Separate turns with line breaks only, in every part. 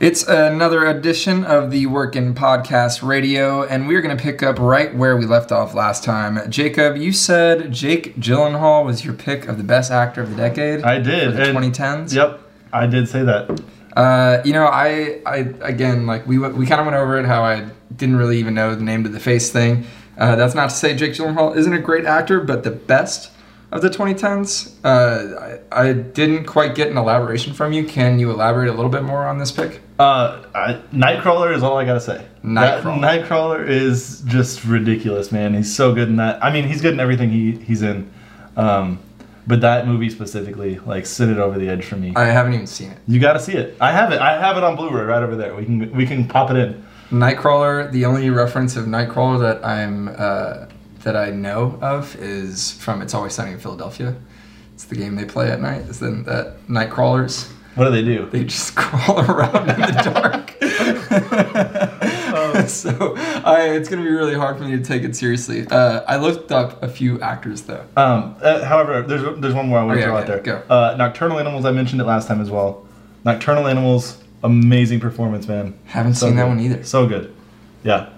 It's another edition of the Workin' Podcast Radio, and we're going to pick up right where we left off last time. Jacob, you said Jake Gyllenhaal was your pick of the best actor of the decade.
I did.
For the
and-
2010s.
Yep. I did say that.
Uh, you know, I, I again, like we went- we kind of went over it how I didn't really even know the name to the face thing. Uh, that's not to say Jake Gyllenhaal isn't a great actor, but the best of the 2010s. Uh, I, I didn't quite get an elaboration from you. Can you elaborate a little bit more on this pick?
Uh, I, Nightcrawler is all I gotta say. That-
Nightcrawler.
Nightcrawler is just ridiculous, man. He's so good in that. I mean, he's good in everything he, he's in, um, but that movie specifically, like, sent it over the edge for me.
I haven't even seen it.
you gotta see it. I have it. I have it on Blu-ray right over there. We can we can pop it in.
Nightcrawler. The only reference of Nightcrawler that I'm uh, that I know of is from It's Always Sunny in Philadelphia. It's the game they play at night. Is then that Nightcrawlers.
What do they do?
They just crawl around in the dark.
Oh.
so I, it's going to be really hard for me to take it seriously. Uh, I looked up a few actors though.
Um, uh, however, there's there's one more I want
Okay,
to throw
okay,
out there.
go.
Uh, Nocturnal Animals. I mentioned it last time as well. Nocturnal Animals, amazing performance, man.
Haven't seen that
good.
one either.
So good. Yeah,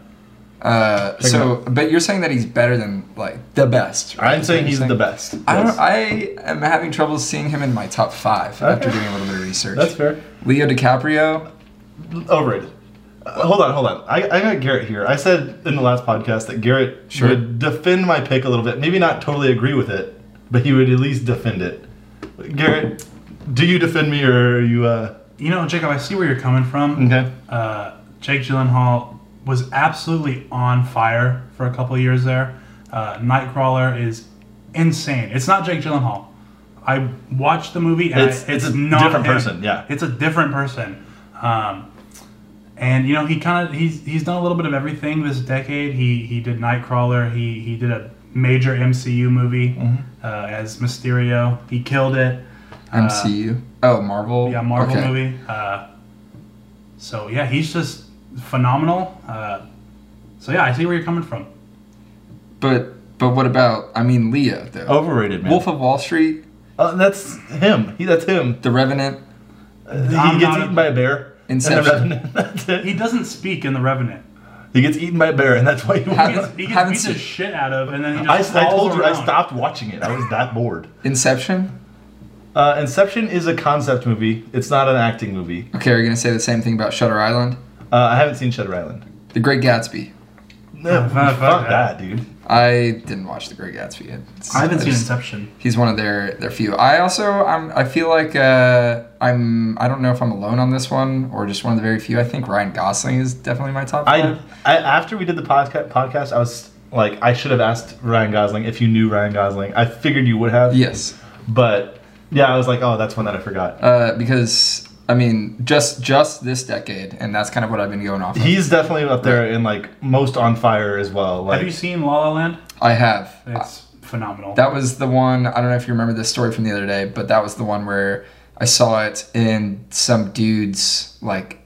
Uh,
it
so, but you're saying that he's better than like the best. right?
I'm
Is what
saying
you're
he's the best.
I don't.
Yes.
I am having trouble seeing him in my top five after
Okay.
doing a little bit of research.
That's fair.
Leo DiCaprio.
Overrated. Uh, hold on, hold on. I, I got Garrett here. I said in the last podcast that Garrett
Sure.
would defend my pick a little bit. Maybe not totally agree with it, but he would at least defend it. Garrett, do you defend me or are you, uh,
You know, Jacob, I see where you're coming from.
okay?
Uh, Jake Gyllenhaal was absolutely on fire for a couple of years there. Uh, Nightcrawler is insane. It's not Jake Gyllenhaal. I watched the movie and
It's-
I,
it's
it's,
a
not
different
him.
person, yeah.
it's a different person. Um, and you know, he kind of he's he's done a little bit of everything this decade. He he did Nightcrawler. He he did a major MCU movie
Mm-hmm.
uh, as Mysterio. He killed it. Uh,
MCU. Oh, Marvel.
yeah, Marvel
Okay.
movie. Uh, so yeah, he's just phenomenal. Uh, so yeah, I see where you're coming from.
But but what about? I mean, Leo though.
Oh.
Overrated, man.
Wolf of Wall Street.
Uh, that's him. He, that's him.
The Revenant.
Uh, he
I'm
gets
not a-
eaten by a bear. and then
Inception.
that's it.
He doesn't speak in The Revenant.
He gets eaten by a bear, and that's why he
He
won.
gets, he gets
Haven't
beat
seen-
the shit out of, and then he
I,
just
I
crawls
told you I
around.
stopped watching it. I was that bored.
Inception.
Uh, Inception is a concept movie. It's not an acting movie.
Okay, are you gonna say the same thing about Shutter Island?
Uh, I haven't seen Shutter Island.
The Great Gatsby.
No,
fuck
fuck that,
that.
dude.
I didn't watch The Great Gatsby. It's-
I haven't
I
seen
just-
Inception.
He's one of their their few. I also I'm I feel like uh, I'm I don't know if I'm alone on this one or just one of the very few. I think Ryan Gosling is definitely my top
I,
five.
I after we did the podcast, podcast, I was like, I should have asked Ryan Gosling if you knew Ryan Gosling. I figured you would have.
yes,
But yeah, I was like, oh, that's one that I forgot.
uh, because I mean just just this decade, and that's kind of what I've been going off. Of.
He's definitely up there and like most on fire as well. Like,
Have you seen La La Land?
I have.
It's phenomenal.
uh, That was the one. I don't know if you remember this story from the other day, but that was the one where I saw it in some dude's like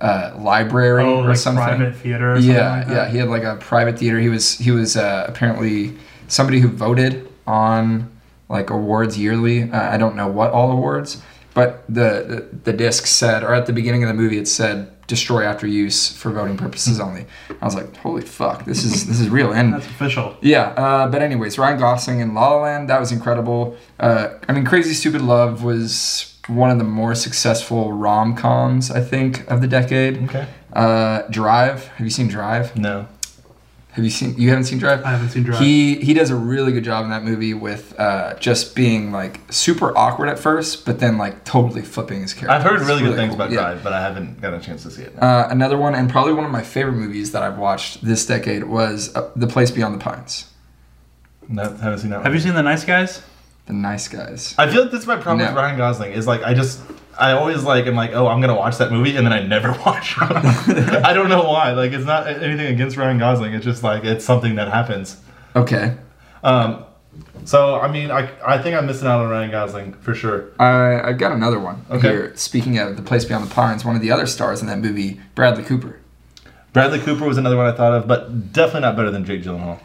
uh, library
oh,
or
like
something.
private theater. Or something
yeah,
like that.
yeah. He had like a private theater. He was he was uh, apparently somebody who voted on like awards yearly. Uh, I don't know what all awards, but the, the the disc said, or at the beginning of the movie, it said "destroy after use for voting purposes only." I was like, "Holy fuck, this is this is real." And
That's official.
yeah, uh, but anyways, Ryan Gosling in La La Land, that was incredible. Uh, I mean, Crazy Stupid Love was one of the more successful rom coms, I think, of the decade.
Okay.
Uh, Drive. Have you seen Drive?
No.
Have you seen? You haven't seen Drive.
I haven't seen Drive.
He he does a really good job in that movie with uh, just being like super awkward at first, but then like totally flipping his character.
I've heard
It's
really, good things
cool.
about
Yeah.
Drive, but I haven't got a chance to see it.
Uh, another one, and probably one of my favorite movies that I've watched this decade was uh, The Place Beyond the Pines.
no, haven't seen that.
Have
one.
you seen The Nice Guys?
The Nice Guys.
I feel like that's my problem with
No.
Ryan Gosling is like I just I always like am like oh I'm gonna watch that movie and then I never watch it. I don't know why. Like it's not anything against Ryan Gosling. It's just like it's something that happens.
Okay.
Um, so I mean I I think I'm missing out on Ryan Gosling for sure.
I, I've got another one
Okay.
here. Speaking of the place beyond the pines, one of the other stars in that movie, Bradley Cooper.
Bradley Cooper was another one I thought of, but definitely not better than Jake Gyllenhaal.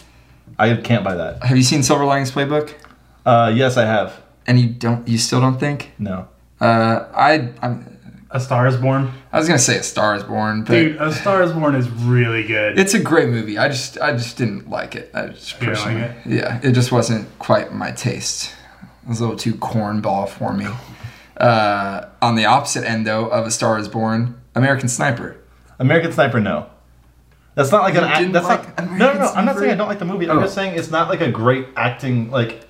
I can't buy that.
Have you seen Silver Linings Playbook?
Uh, yes, I have.
And you don't, you still don't think?
No.
Uh, I, I'm,
A Star Is Born.
I was gonna say A Star Is Born, but
Dude, A Star Is Born is really good.
it's a great movie. I just I just didn't like it. I just
You didn't like
personally, yeah, it just wasn't quite my taste. It was a little too cornball for me. Uh, on the opposite end, though, of A Star Is Born, American Sniper.
American Sniper, no. That's not like an.
You
Act,
didn't
that's
like
not.
American
no, no, no. I'm not
Sniper?
saying I don't like the movie. I'm
Oh.
just saying it's not like a great acting. Like,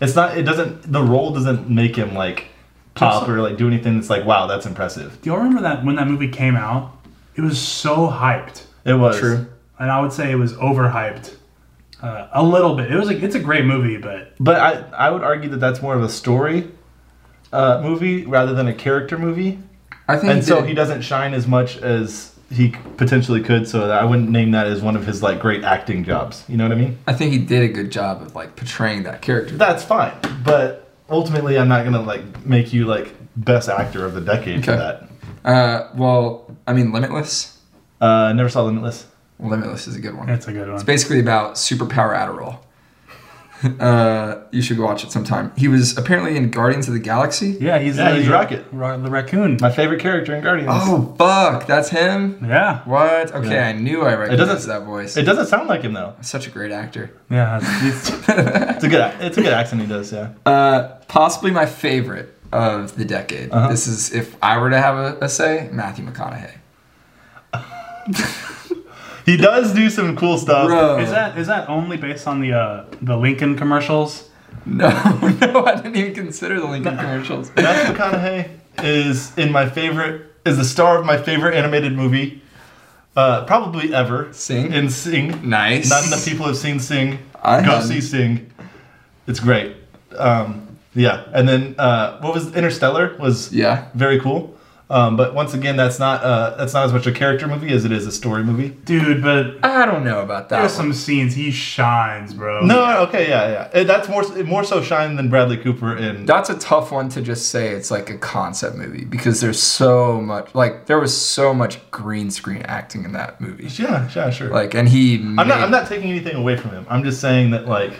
it's not. It doesn't. The role doesn't make him like pop or like do anything. that's like, wow, that's impressive.
Do y'all remember that when that movie came out? It was so hyped,
It was
and I would say it was overhyped uh, a little bit. It was like it's a great movie, but
But I, I would argue that that's more of a story uh, movie rather than a character movie,
I think.
and so
did-
he doesn't shine as much as he potentially could. So I wouldn't name that as one of his like great acting jobs. You know what I mean?
I think he did a good job of like portraying that character.
That's fine, but ultimately, I'm not gonna like make you like best actor of the decade for
Okay.
that.
Uh, well, I mean, Limitless.
Uh, never saw Limitless.
Limitless is a good one.
it's a good one.
It's basically about superpower Adderall. uh, you should watch it sometime. He was apparently in Guardians of the Galaxy.
Yeah, he's
Yeah,
the,
he's Rocket.
Ro- the raccoon.
My favorite character in Guardians.
Oh fuck, that's him.
Yeah,
What? Okay, I knew I recognized
doesn't-
that voice.
It doesn't sound like him though.
Such a great actor.
yeah. It's, it's-
It's a good. ac- It's a good accent he does. Yeah.
Uh, possibly my favorite of the decade.
Uh-huh.
This is if I were to have a, a say, Matthew McConaughey.
He does do some cool stuff.
Bro,
is that is that only based on the uh, the Lincoln commercials?
no, no, I didn't even consider the Lincoln commercials.
Matthew McConaughey is in my favorite is the star of my favorite animated movie, uh, probably ever.
Sing?
in Sing.
Nice.
None of the people have seen Sing.
I
Go
haven't.
see Sing. It's great. Um, yeah, and then uh, what was Interstellar was
Yeah.
very cool. Um, but once again, that's not uh, that's not as much a character movie as it is a story movie.
Dude, but
I don't know about that.
there's
one.
some scenes he shines, bro.
No, okay, yeah, yeah. It- that's more more so shine than Bradley Cooper in.
That's a tough one to just say it's like a concept movie because there's so much like there was so much green screen acting in that movie.
Yeah, yeah, sure.
Like and he
I'm not. I'm not taking anything away from him. I'm just saying that like,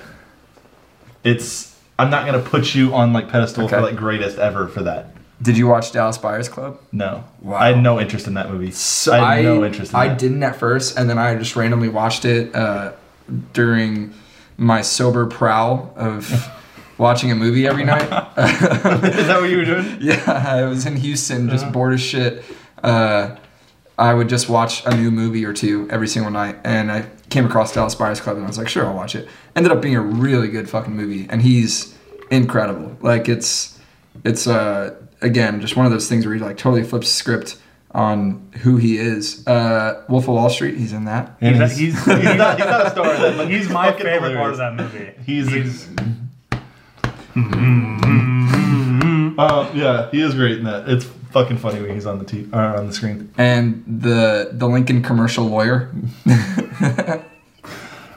it's. I'm not gonna put you on like pedestal for
Okay.
like greatest ever for that.
Did you watch Dallas Buyers Club?
No,
Wow.
I had no interest in that movie.
So
I had no interest. in
I
that.
didn't at first, and then I just randomly watched it uh, during my sober prowl of watching a movie every night.
Is that what you were doing?
Yeah, I was in Houston, just bored as shit. Uh, I would just watch a new movie or two every single night, and I came across Dallas Buyers Club, and I was like, sure, I'll watch it. Ended up being a really good fucking movie, and he's incredible. Like it's, it's uh, again just one of those things where he like totally flips the script on who he is. Uh, Wolf of Wall Street, he's in that.
He's,
And
he's, he's,
he's not, he's not a star. That, like,
he's my
fucking
favorite part
hilarious.
of that movie.
He's. Uh, yeah, he is great in that. It's fucking funny when he's on the t- or on the screen.
and the the Lincoln commercial lawyer.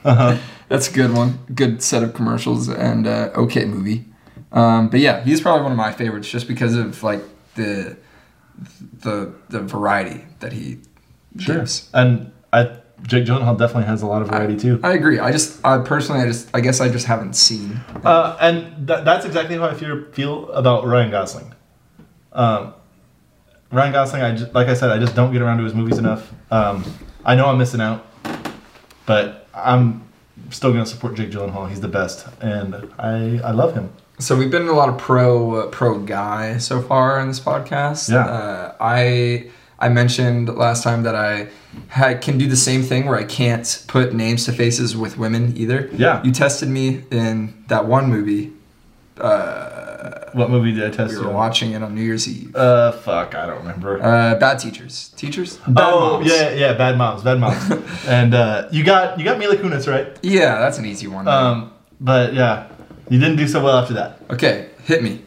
Uh-huh.
That's a good one. Good set of commercials and uh, okay movie. Um, but yeah, he's probably one of my favorites just because of like the the the variety that he gives.
And I, Jake Gyllenhaal definitely has a lot of variety too.
I agree. I just I personally I just I guess I just haven't seen.
Uh, and th- that's exactly how I feel, feel about Ryan Gosling. Um, Ryan Gosling, I just, like I said, I just don't get around to his movies enough. Um, I know I'm missing out, but I'm still going to support Jake Gyllenhaal. He's the best, and I, I love him.
So we've been a lot of pro uh, pro guy so far in this podcast.
Yeah.
Uh, I I mentioned last time that I had, can do the same thing where I can't put names to faces with women either.
Yeah.
You tested me in that one movie. Uh,
What movie did I test
we
you
were
on?
watching it on New Year's Eve.
Uh, fuck, I don't remember.
Uh, bad teachers. Teachers. Bad
oh
Moms.
yeah, yeah, bad moms, bad moms, and uh, you got you got Mila Kunis right,
Yeah, that's an easy one.
um, but yeah, you didn't do so well after that.
okay, hit me.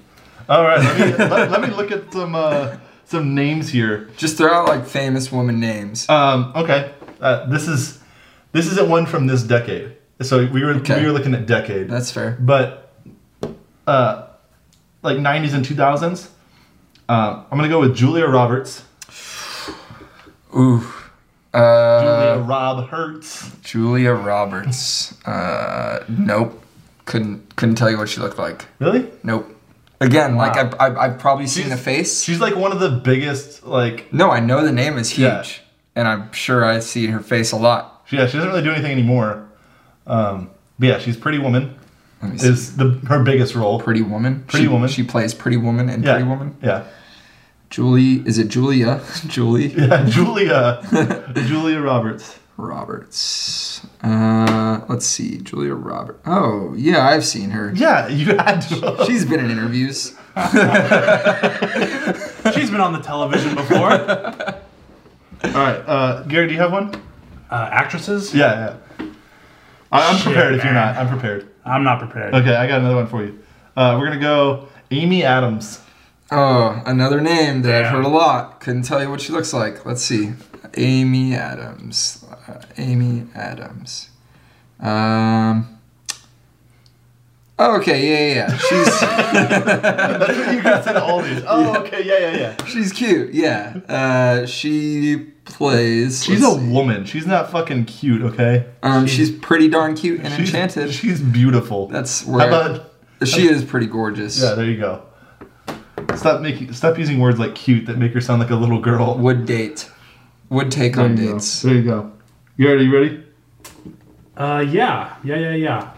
All right, let me, let, let me look at some uh, some names here.
Just throw out like famous woman names.
Um, okay, uh, this is this isn't one from this decade. So we were
Okay.
we were looking at decade,
that's fair.
but uh, like '90s and 2000s. Um, I'm gonna go with Julia Roberts,
Ooh. Uh,
Julia Rob Hertz.
Julia Roberts. Uh, nope. Couldn't couldn't tell you what she looked like.
Really?
Nope. Again, like
Wow.
I've, I've, I've probably seen
She's-
the face.
She's like one of the biggest like
no, I know the name is huge,
Yeah.
and I'm sure I see her face a lot.
She, yeah, she doesn't really do anything anymore. Um, but yeah, she's Pretty Woman
Let me see.
is the her biggest role.
Pretty Woman.
Pretty
she,
Woman.
She plays Pretty Woman and
yeah,
Pretty Woman.
Yeah,
Julie is it Julia? Julie
yeah. Julia, Julia Roberts.
Roberts. Uh, let's see, Julia Roberts. Oh yeah, I've seen her.
Yeah, you had to.
She's been in interviews.
She's been on the television before. Uh,
All right, uh, Gary, do you have one?
actresses?
Yeah, yeah. I, I'm
Shit,
prepared. If you're
man.
not, I'm prepared.
I'm not prepared.
Okay, I got another one for you. Uh, we're gonna go Amy Adams.
Oh, another name that I've
Damn.
heard a lot. Couldn't tell you what she looks like. Let's see. Amy Adams. Uh, Amy Adams. Um. Okay, yeah, yeah, yeah. She's
you guys said all these. Oh, okay, yeah, yeah, yeah.
she's cute. Yeah. Uh, she plays.
She's a
let's see.
woman. She's not fucking cute, okay?
Um, she's pretty darn cute and
She's-
enchanted.
She's beautiful.
That's
How
where
about
she is pretty gorgeous.
Yeah, there you go. Stop making stop using words like cute that make her sound like a little girl.
Would date. Would take on dates.
There you go. You ready? You ready?
Uh, yeah, yeah, yeah, yeah.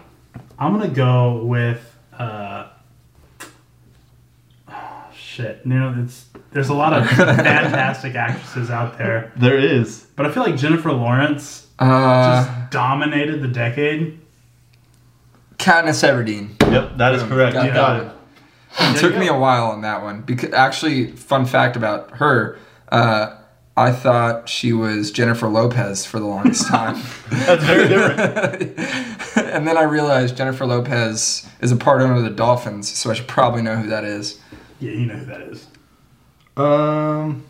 I'm gonna go with. Uh, oh, shit, you know, it's there's a lot of fantastic actresses out there,
There is.
but I feel like Jennifer Lawrence
Uh,
just dominated the decade.
Katniss Everdeen.
Yep, that is correct.
Got
you
that
got
one.
it.
It
There you
took me
go.
a while on that one because actually, fun fact about her, uh, I thought she was Jennifer Lopez for the longest time,
That's very different.
and then I realized Jennifer Lopez is a part owner of the Dolphins, so I should probably know who that is.
Yeah, you know who that is.
um,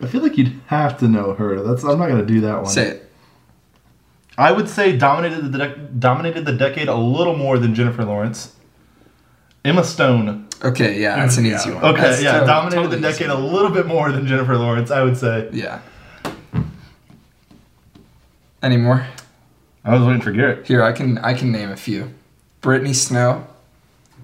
I feel like you'd have to know her. That's I'm not gonna do that one.
Say it.
I would say dominated the dec dominated the decade a little more than Jennifer Lawrence. Emma Stone.
Okay, yeah, that's an
Yeah.
easy one.
Okay,
That's
Mm, yeah,
to-
dominated
totally
the
easy.
decade a little bit more than Jennifer Lawrence. I would say.
Yeah. Any more?
I was waiting for Garrett.
Here, I can I can name a few. Brittany Snow,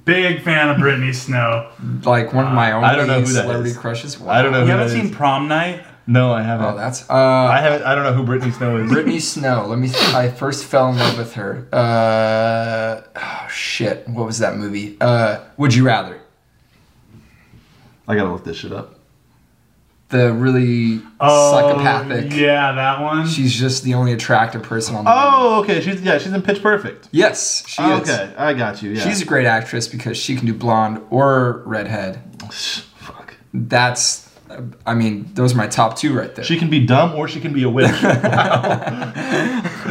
Big fan of Britney Snow.
like one of my only
Ah, don't know who that
celebrity
is.
crushes.
I don't know
You
who
haven't
that
seen
is.
Prom Night?
No, I haven't.
Oh, that's uh,
I haven't. I don't know who Brittany Snow is.
Brittany Snow. Let me. I first fell in love with her. Uh, oh shit! What was that movie? Uh, Would you rather?
I gotta look this shit up.
The really
Oh,
psychopathic.
Yeah, that one.
She's just the only attractive person on the. planet.
Oh, okay. She's yeah. She's in Pitch Perfect.
Yes, she is.
okay, I got you. Yeah.
She's a great actress because she can do blonde or redhead.
fuck.
That's. I mean, those are my top two right there.
She can be dumb or she can be a witch. wow.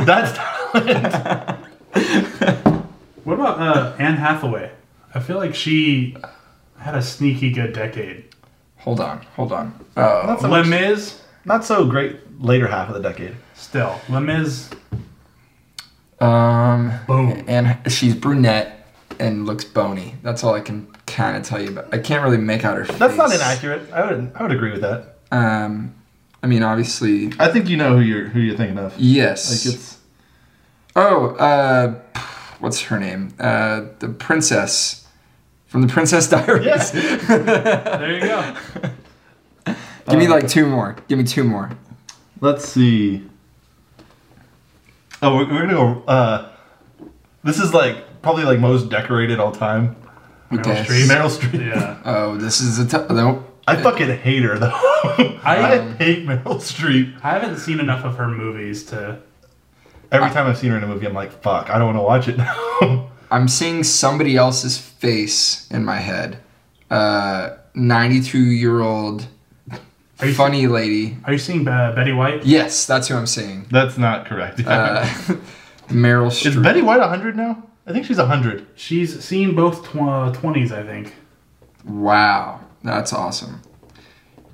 That's talent.
what about uh, Anne Hathaway? I feel like she had a sneaky good decade.
hold on, hold on. Oh,
That's
Les Mis,
Not so great later half of the decade.
still. Les Mis,
Um,
Boom.
And she's brunette and looks bony. That's all I can kind of tell you about. I can't really make out her face.
That's not inaccurate. I would I would agree with that.
Um, I mean, obviously,
I think you know who you're who you're thinking of.
yes.
Like it's
oh, uh, what's her name? Uh, the princess from the Princess Diaries.
there you go.
Give me like two more. Give me two more.
Let's see. Oh, we're, we're gonna go. Uh, this is like probably like most decorated all time.
Meryl
Yes.
Streep.
Meryl Streep.
Yeah.
Oh, this is a t- no.
I fucking hate her though. I,
Um,
hate Meryl Streep.
I haven't seen enough of her movies to.
Every time I've seen her in a movie, I'm like, fuck, I don't want to watch it now.
I'm seeing somebody else's face in my head. Uh, 92 year old
Are you-
funny lady.
Are you seeing uh, Betty White?
Yes, that's who I'm seeing.
That's not correct.
Uh, Meryl
Is
Streep.
Betty White 100 now? I think she's 100.
She's seen both tw- uh, 20s, I think.
wow, that's awesome.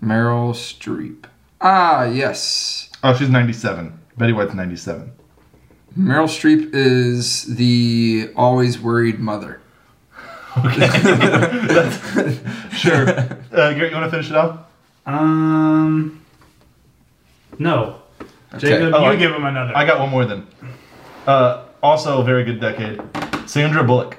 Meryl Streep. Ah, yes.
Oh, she's 97. Betty White's 97.
Meryl Streep is the always worried mother.
Sure. uh, Garrett, you want to finish it off?
Um. No. Jacob,
Oh,
you
I-
give him another.
I got one more then. Uh, also, a very good decade. Sandra Bullock.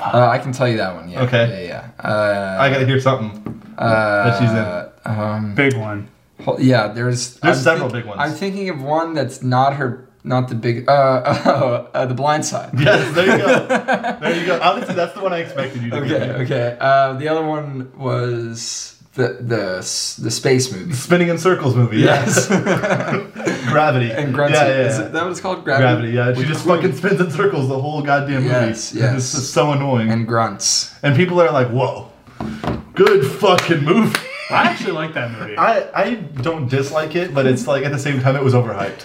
Uh, I can tell you that one. Yeah.
Okay.
Yeah, yeah. Uh,
I gotta hear something. that she's in.
in. Um,
Big one.
hol- yeah, there's.
There's
I'm
several big ones.
I'm thinking of one that's not her, not the big. Uh, uh, The Blind Side.
Yes, there you go. there you go. Honestly, that's the one I expected you to
Okay.
be.
Okay. Uh, the other one was the the s- the space movie.
Spinning in Circles movie.
Yes.
Gravity.
and Grunty.
Yeah, yeah,
Is
yeah.
it- that was called Gravity.
Gravity, yeah. She
With
just
Clue
fucking spins in circles the whole goddamn movie.
Yes, yes.
It's just so annoying. And,
and grunts.
people are like, whoa, good fucking movie.
I actually like that movie.
I, I don't dislike it, but it's like at the same time it was overhyped.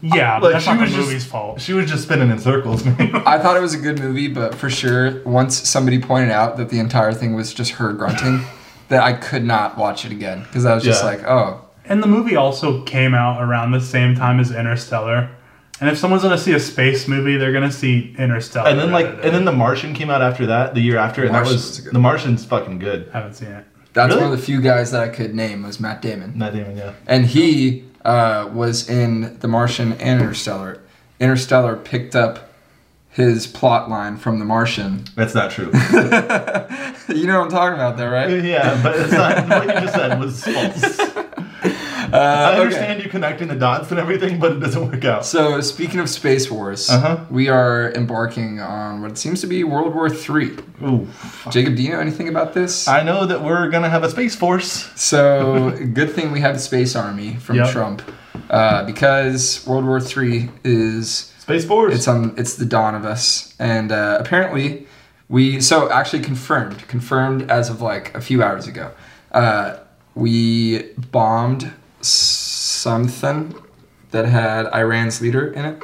yeah, but
Like,
that's
she
not the
was just-
movie's fault.
She was just spinning in circles, man.
I thought it was a good movie, but for sure, once somebody pointed out that the entire thing was just her grunting, that I could not watch it again because I was just
Yeah.
like, oh,
And the movie also came out around the same time as Interstellar. And if someone's gonna see a space movie, they're gonna see Interstellar.
And then like,
rather
and
than-
then The Martian came out after that, the year after, and
Martian
that
was
was
a good
The Martian's fucking good.
I haven't seen it.
that's
Really?
one of the few guys that I could name was Matt Damon,
Not Damon, yeah.
and he uh, was in The Martian and Interstellar. Interstellar picked up his plot line from The Martian.
That's not true.
you know what I'm talking about, there, right?
yeah, but it's not what you just said was false. I
Uh, okay.
understand you connecting the dots and everything, but it doesn't work out.
So speaking of space wars,
Uh-huh.
we are embarking on what seems to be World War Three.
Ooh.
Jacob, do you know anything about this?
I know that we're gonna have a space force.
So good thing we have the space army from
Yep.
Trump, uh, because World War Three is
Space force.
it's on it's the dawn of us, and uh, apparently we so actually confirmed confirmed as of like a few hours ago, uh, we bombed s- something that had Iran's leader in it.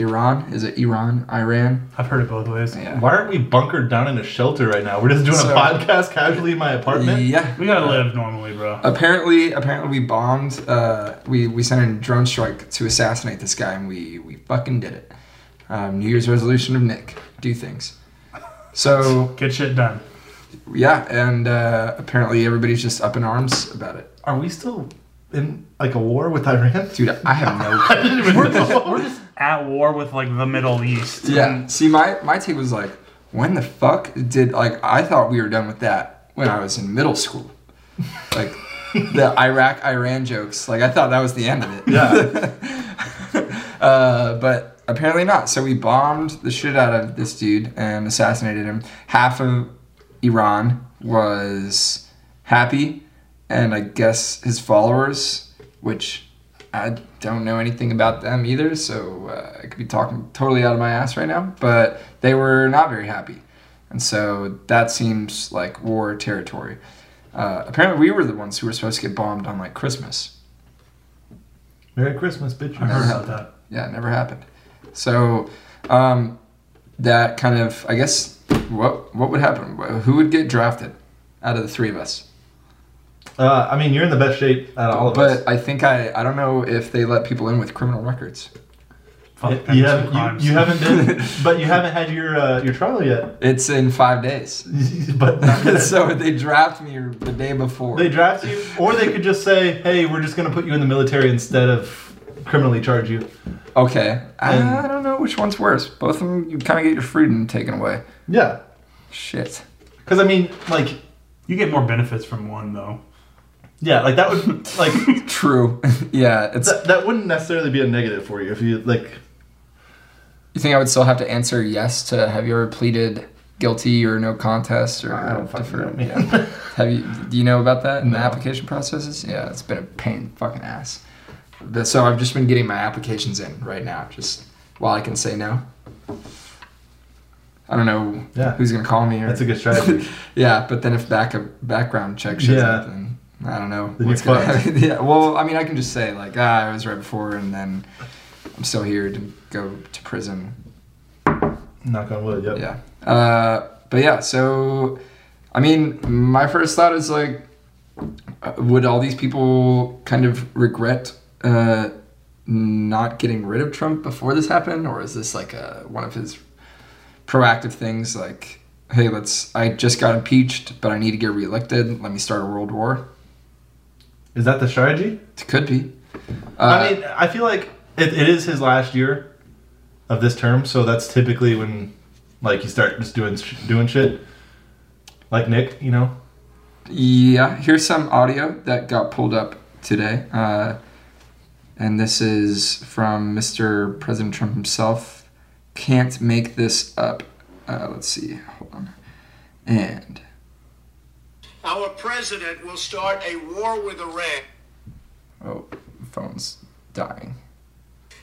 Iran is it Iran Iran?
I've heard it both ways.
Yeah.
Why aren't we bunkered down in a shelter right now? We're just doing
So-
a podcast casually in my apartment.
Yeah.
We gotta live normally, bro.
Apparently, apparently we bombed. Uh, we we sent a drone strike to assassinate this guy, and we we fucking did it. Um, New Year's resolution of Nick: do things. So
Get shit done.
yeah, and uh, apparently everybody's just up in arms about it,
Are we still in like a war with Iran?
dude. I have no.
I didn't even know.
We're just at war with like the Middle East.
yeah. See, my my take was like, when the fuck did like I thought we were done with that when I was in middle school, like the Iraq Iran jokes. Like I thought that was the end of it.
Yeah.
uh, but apparently not. So we bombed the shit out of this dude and assassinated him. Half of Iran was happy, and I guess his followers, which I don't know anything about them either, so uh, I could be talking totally out of my ass right now, but they were not very happy. And so that seems like war territory. Uh, apparently, we were the ones who were supposed to get bombed on like Christmas.
Merry Christmas, bitch.
I heard about that.
yeah, it never happened. So um, that kind of, I guess, what what would happen? Wh- Who would get drafted out of the three of us?
Uh, I mean, you're in the best shape out of all of us.
But I think I I don't know if they let people in with criminal records.
Fuck
You-
them,
you,
some
haven't- you-
crimes.
you haven't been, but you haven't had your uh, your trial yet.
It's in five days.
but not gonna-
so they draft me the day before.
They draft you, or they could just say, "Hey, we're just going to put you in the military instead of criminally charge you."
okay.
And-
I, I don't know which one's worse. Both of them, you kind of get your freedom taken away.
Yeah,
Shit.
because I mean, like,
You get more benefits from one though.
yeah, like that would like
True. yeah. It's.
that, that wouldn't necessarily be a negative for you if you like.
You think I would still have to answer yes to have you ever pleaded guilty or no contest or
I don't fucking know,
different?
man.
Yeah. have you? Do you know about that in the
No.
application processes? Yeah, it's been a pain, in the fucking ass. But- So I've just been getting my applications in right now, just while I can say no. I don't know
Yeah.
who's gonna call me. Or,
That's a good strategy.
yeah, but then if back background check shows up,
Yeah.
then I don't know
Then
what's
you're
gonna
fucked.
happen. yeah. Well, I mean, I can just say like, ah, I was right before, and then I'm still here to go to prison
Knock on wood. Yep.
yeah. Uh, but yeah, so I mean, my first thought is like, uh, would all these people kind of regret uh, not getting rid of Trump before this happened, or is this like a, one of his proactive things? Like, hey, let's. I just got impeached, but I need to get reelected. Let me start a world war.
Is that the strategy?
It could be. Uh,
I mean, I feel like it, it is his last year of this term, so that's typically when Like you start just doing sh- doing shit, like Nick, you know.
Yeah, here's some audio that got pulled up today. Uh, and this is from Mr. President Trump himself. Can't make this up. Uh, let's see. Hold on. And
Our president will start a war with Iran.
oh, phone's dying.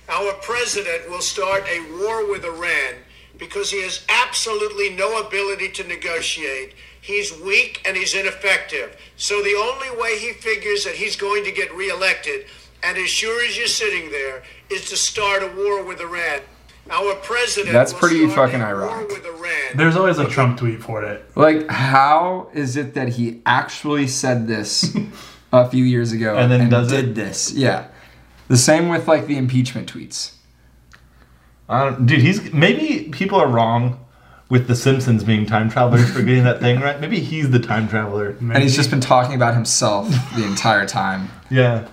Our president will start a war with Iran because he has absolutely no ability to negotiate. He's weak and he's ineffective. So the only way he figures that he's going to get reelected, and as sure as you're sitting there, is to start a war with Iran. Our president.
That's
will
pretty
start
fucking
a war
ironic.
with Iran.
There's always a Trump tweet for it.
Like, how is it that he actually said this a few years ago
And then does
did
it?
this? Yeah. The same with like the impeachment tweets.
I don't, dude, he's maybe people are wrong with the Simpsons being time travelers for getting that thing right. Maybe he's the time traveler.
And he's just been talking about himself the entire time.
Yeah.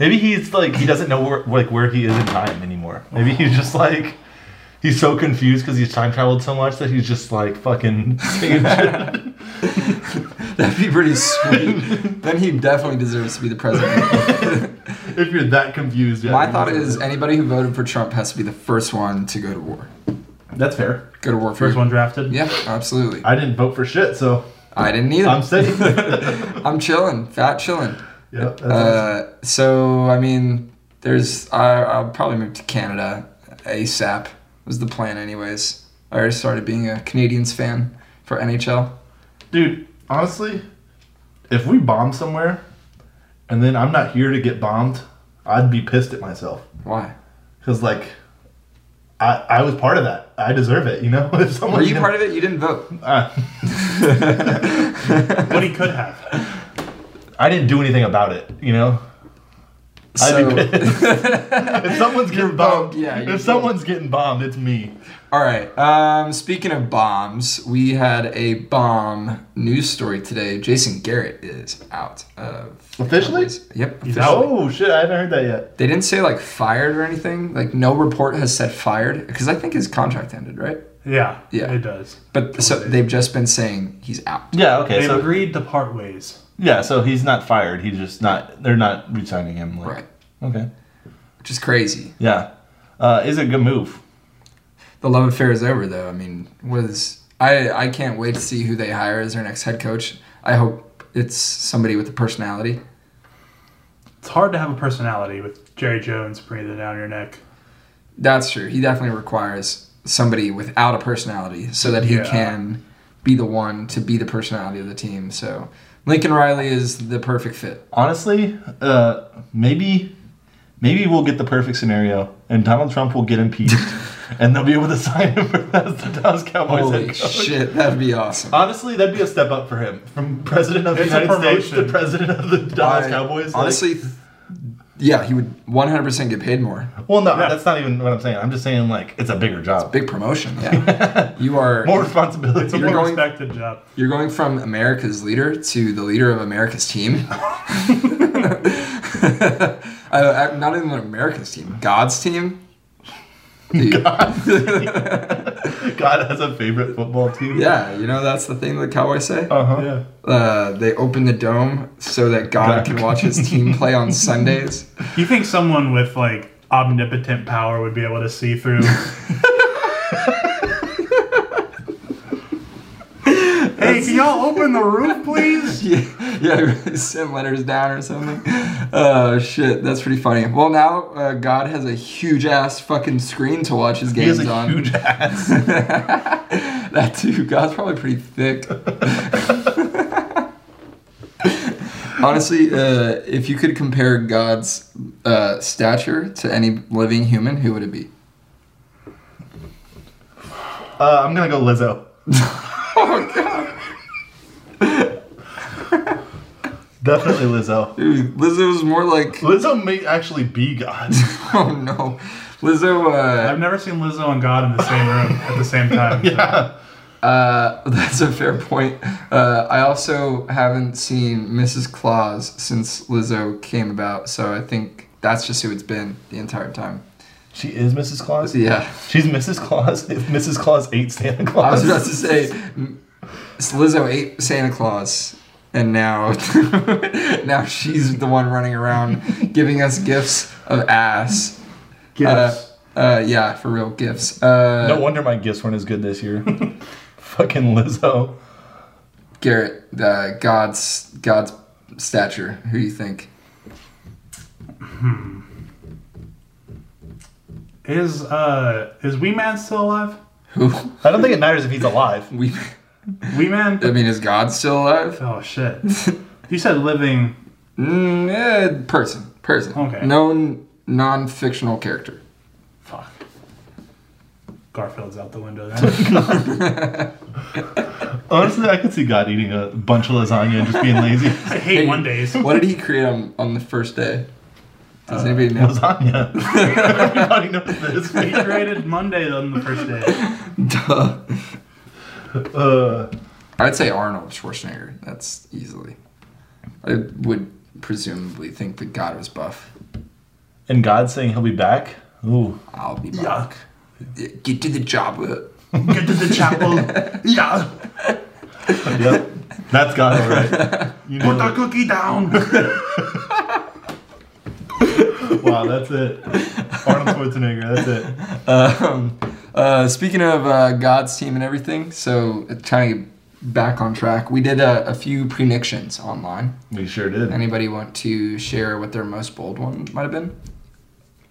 Maybe he's like he doesn't know where like where he is in time anymore. Maybe he's just like he's so confused because he's time traveled so much that he's just like fucking saying shit.
That'd be pretty sweet. then he definitely deserves to be the president.
if you're that confused. Yeah,
My
you
thought
know.
is anybody who voted for Trump has to be the first one to go to war.
that's fair.
Go to war for
First
your-
one drafted.
Yeah, absolutely.
I didn't vote for shit, so
I didn't either.
I'm
I'm,
safe.
chilling, fat chilling.
yeah, that's
Uh, so I mean, there's I, I'll probably move to Canada ASAP. Was the plan, anyways? I already started being a Canadians fan for NHL.
Dude, honestly, if we bomb somewhere and then I'm not here to get bombed, I'd be pissed at myself.
Why?
Because, like, I, I was part of that. I deserve it, you know? If someone
Were you part of it? You didn't vote.
What he could have.
I didn't do anything about it, you know? I'd be
So.
pissed. if someone's getting
bombed,
bombed,
yeah, you're
if someone's getting bombed, it's me.
All right. Um, speaking of bombs, we had a bomb news story today. Jason Garrett is out of
Officially?
Yep.
He's
officially.
out.
Oh, shit, I haven't heard that yet.
They didn't say like fired or anything. Like no report has said fired because I think his contract ended, right?
Yeah.
Yeah.
It does.
But so they've just been saying he's out.
Yeah, okay.
They've
So,
agreed to part ways.
yeah, so he's not fired. He's just not, they're not re signing him. Like,
Right.
Okay.
Which is crazy.
Yeah. Uh, is it a good move?
The love affair is over though. I mean, was I I can't wait to see who they hire as their next head coach. I hope it's somebody with a personality.
It's hard to have a personality with Jerry Jones breathing down your neck.
That's true. He definitely requires somebody without a personality so that he
Yeah.
can be the one to be the personality of the team. So Lincoln Riley is the perfect fit.
honestly, uh, maybe maybe we'll get the perfect scenario, and Donald Trump will get impeached, and they'll be able to sign him for as the Dallas Cowboys
Holy
head coach.
shit, that'd be awesome.
Honestly, that'd be a step up for him from president of the
It's a
United States to
promotion.
president of the Dallas
I-
Cowboys. like-
honestly, th- yeah, he would 100% get paid more.
well, no,
Yeah.
that's not even what I'm saying. I'm just saying like it's a bigger job,
Big promotion. Yeah, you are
more responsibility.
It's a
You're
more
going-
respected job.
you're going from America's leader to the leader of America's team. I, I, uh, not even America's team, God's team. Dude.
God has a favorite football team.
Yeah, you know that's the thing that Cowboys say.
Uh huh.
Yeah.
Uh, they open the dome so that God
God.
can watch his team play on Sundays.
You think someone with like omnipotent power would be able to see through? hey, can y'all open the roof, please?
yeah, yeah, send letters down or something. Oh shit, that's pretty funny. Well, now uh, God has a huge ass fucking screen to watch his
He has
games
a
on.
huge ass.
that too. God's probably pretty thick. Honestly, uh, if you could compare God's uh, stature to any living human, who would it be?
Uh, I'm gonna go Lizzo.
Oh God.
Definitely Lizzo.
Dude, Lizzo was more like,
Lizzo may actually be God.
oh no, Lizzo. uh,
I've never seen Lizzo and God in the same room at the same time.
yeah.
Uh, uh, that's a fair point. Uh, I also haven't seen Mrs. Claus since Lizzo came about, so I think that's just who it's been the entire time.
She is Mrs. Claus.
Yeah.
She's Mrs. Claus. If Mrs. Claus ate Santa
I was
Claus.
about to say, m- Lizzo ate Santa Claus, and now now she's the one running around giving us gifts of ass.
Gifts.
Uh, uh, yeah, for real gifts. Uh,
no wonder my gifts weren't as good this year. Fucking Lizzo.
Garrett, uh, God's God's stature. Who do you think?
Is uh is Wee Man still alive?
Who
I don't think it matters if he's alive.
we?
Wee Man?
I mean, is God still alive?
Oh shit. You said living.
Mm, eh, person, person.
Okay.
Known non-fictional character.
Fuck. Garfield's out the window. Then.
Honestly, I could see God eating a bunch of lasagna and just being lazy.
I hate one days.
What did he create on, on the first day? Does anybody know?
lasagna. Everybody knows this.
He created Monday on the first day.
Duh.
Uh,
I'd say Arnold Schwarzenegger. That's easily. I would presumably think that God was buff.
and God saying he'll be back. Ooh,
I'll be buff. Get to the job. uh, with it.
Get to the chapel. Yeah.
yep, that's God, all right. You
Put the
know
cookie down.
it. Wow, that's it. Arnold Schwarzenegger, that's it.
Um, uh, speaking of uh, God's team and everything, so uh, trying to get back on track, we did a, a few predictions online.
We sure did.
Anybody want to share what their most bold one might have been?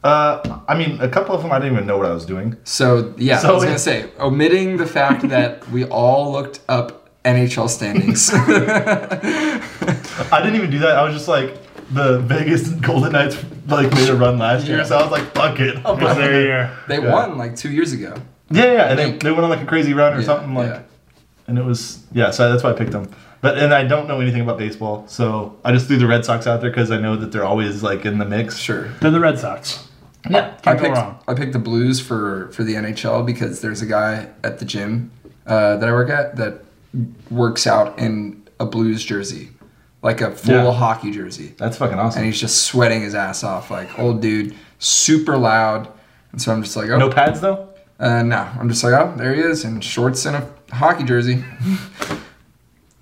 Uh, I mean, a couple of them I didn't even know what I was doing.
So yeah, I
So
was
it-
gonna say omitting the fact that we all looked up NHL standings.
I didn't even do that. I was just like, the Vegas Golden Knights like made a run last year,
Yeah.
so I was like, fuck it. I'll put
There
it
you
in.
are.
They
Yeah.
won like two years ago.
Yeah, yeah, and they,
think.
they went on like a crazy run or
Yeah,
something like,
yeah.
and it was yeah. So that's why I picked them. But and I don't know anything about baseball, so I just threw the Red Sox out there because I know that they're always like in the mix.
Sure.
They're the Red Sox.
Yeah.
I
Can't go
picked
wrong.
I picked the Blues for for the NHL because there's a guy at the gym uh, that I work at that works out in a Blues jersey, like a full
Yeah.
hockey jersey,
That's fucking
and
awesome.
he's just sweating his ass off, like old dude, super loud. And so I'm just like, oh,
No pads though.
uh, no, I'm just like, oh, there he is in shorts and a hockey jersey.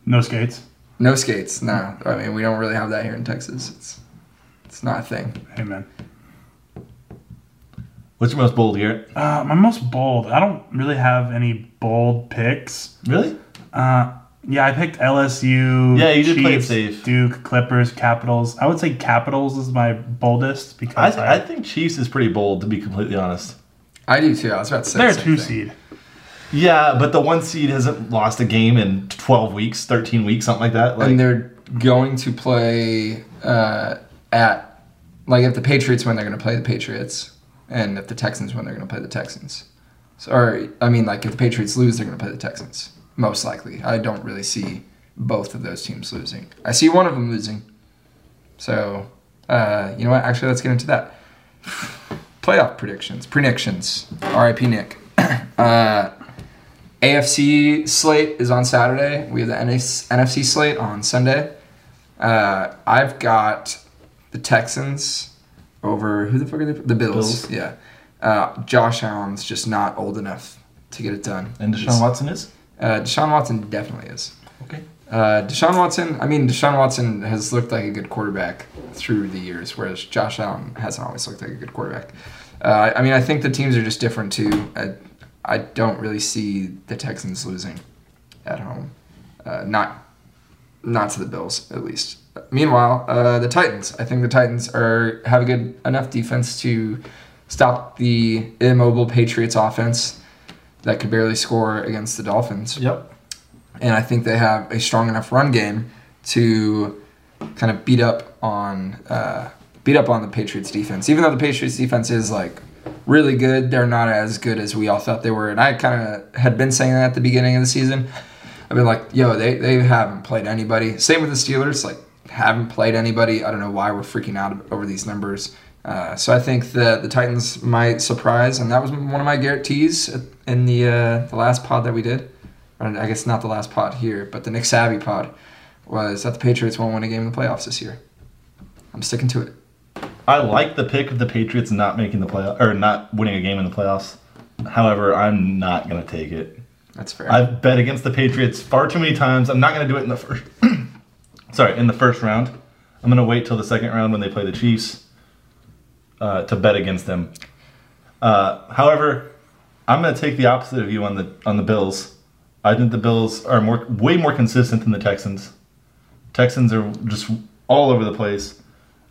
No skates.
No skates, no. I mean, we don't really have that here in Texas. It's it's not a thing.
Hey man.
What's your most bold here?
Uh, my most bold. I don't really have any bold picks.
Really?
Uh, yeah, I picked LSU.
Yeah, you did play it
Chiefs,
safe.
Duke, Clippers, Capitals. I would say Capitals is my boldest
I,
because I,
I think Chiefs is pretty bold to be completely honest.
I do too. I was about to say. the
they're a
same
two
thing.
seed.
Yeah, but the one seed hasn't lost a game in twelve weeks, thirteen weeks, something like that. Like,
and they're going to play uh, at like if the Patriots win, they're going to play the Patriots, and if the Texans win, they're going to play the Texans. So, or I mean, like if the Patriots lose, they're going to play the Texans most likely. I don't really see both of those teams losing. I see one of them losing. So uh, you know what? Actually, let's get into that. Playoff predictions, predictions. R.I.P. Nick. uh, AFC slate is on Saturday. We have the NS NFC slate on Sunday. Uh, I've got the Texans over who the fuck are they? The Bills.
Bills.
Yeah. Uh, Josh Allen's just not old enough to get it done.
and Deshaun Watson is
Uh, Deshaun Watson definitely is.
okay.
Uh, Deshaun Watson, I mean, Deshaun Watson has looked like a good quarterback through the years, whereas Josh Allen hasn't always looked like a good quarterback. Uh, I mean, I think the teams are just different too. I, I don't really see the Texans losing at home, uh, not not to the Bills at least. Meanwhile, uh, the Titans. I think the Titans are have a good enough defense to stop the immobile Patriots offense that could barely score against the Dolphins
Yep.
and I think they have a strong enough run game to kind of beat up on uh, beat up on the Patriots defense. Even though the Patriots defense is like really good, they're not as good as we all thought they were. And I kind of had been saying that at the beginning of the season. I've been like, yo, they they haven't played anybody. Same with the Steelers, like haven't played anybody. I don't know why we're freaking out over these numbers. Uh, so I think that the Titans might surprise, and that was one of my Garrett tees at- in the uh, the last pod that we did or I guess not the last pod here, but the Nick Savvy pod was that the Patriots won't win a game in the playoffs this year. I'm sticking to it.
I like the pick of the Patriots not making the playoff or not winning a game in the playoffs. However, I'm not gonna take it.
That's fair.
I've bet against the Patriots far too many times. I'm not gonna do it in the first. sorry, in the first round. I'm gonna wait till the second round when they play the Chiefs uh, to bet against them. Uh, however, I'm gonna take the opposite of you on the on the Bills. I think the Bills are more way more consistent than the Texans. Texans are just all over the place,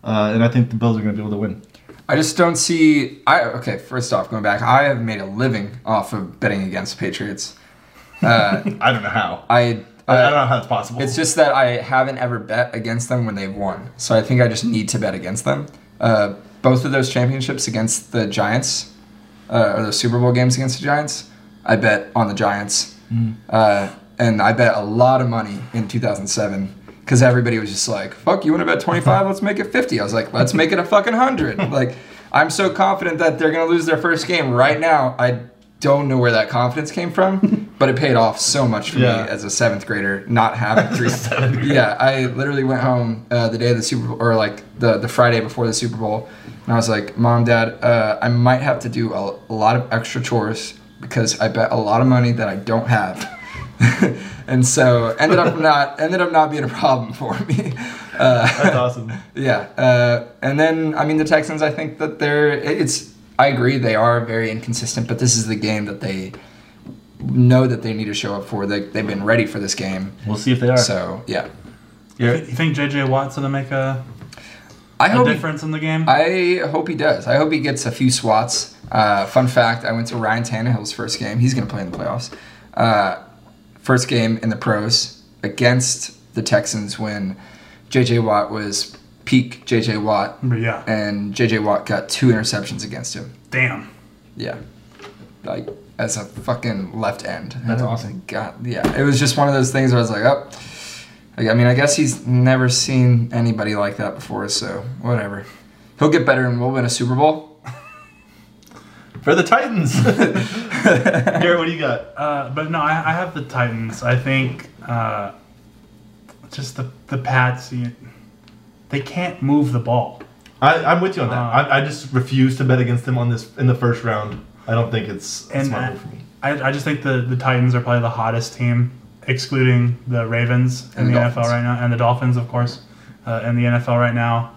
uh, and I think the Bills are gonna be able to win.
I just don't see. I okay. First off, going back, I have made a living off of betting against Patriots.
I don't know how. I,
I
I don't know how it's possible.
It's just that I haven't ever bet against them when they've won. So I think I just need to bet against them. Uh, both of those championships against the Giants, uh, or the Super Bowl games against the Giants, I bet on the Giants. Uh, and I bet a lot of money in 2007 because everybody was just like, fuck, you want to bet 25? Let's make it 50. I was like, let's make it a fucking 100. like, I'm so confident that they're going to lose their first game right now. I don't know where that confidence came from, but it paid off so much for
Yeah.
me as a seventh grader not having three. yeah, I literally went home uh, the day of the Super Bowl, or like the the Friday before the Super Bowl, and I was like, "Mom, Dad, uh, I might have to do a, a lot of extra chores because I bet a lot of money that I don't have." and so ended up not ended up not being a problem for me. Uh,
That's awesome.
yeah, uh, and then I mean the Texans. I think that they're it- it's. I agree they are very inconsistent, but this is the game that they know that they need to show up for. They they've been ready for this game,
We'll see if they are.
so yeah.
You
You're-
think JJ Watt's gonna make a,
I
a
hope he-
difference in the game?
I hope he does. I hope he gets a few swats. Uh, fun fact: I went to Ryan Tannehill's first game. He's going to play in the playoffs. Uh, first game in the pros against the Texans when J.J. Watt was peak J.J. Watt,
But yeah,
and J.J. Watt got two interceptions against him.
damn.
Yeah, like as a fucking left end.
That's
And I
awesome.
think, God, yeah, it was just one of those things where I was like, oh. Like, I mean, I guess he's never seen anybody like that before, so whatever. He'll get better and we'll win a Super Bowl.
for the Titans. Garrett, what do you got?
Uh, but no, I, I have the Titans. I think uh, just the the Pats. You, they can't move the ball.
I, I'm with you on that.
Uh,
I, I just refuse to bet against them on this in the first round. I don't think it's a
And
smart
I-
move for me.
I, I just think the, the Titans are probably the hottest team, excluding the Ravens in
And the
the, NFL
Dolphins.
right now, and the Dolphins, of course, uh, in the NFL right now.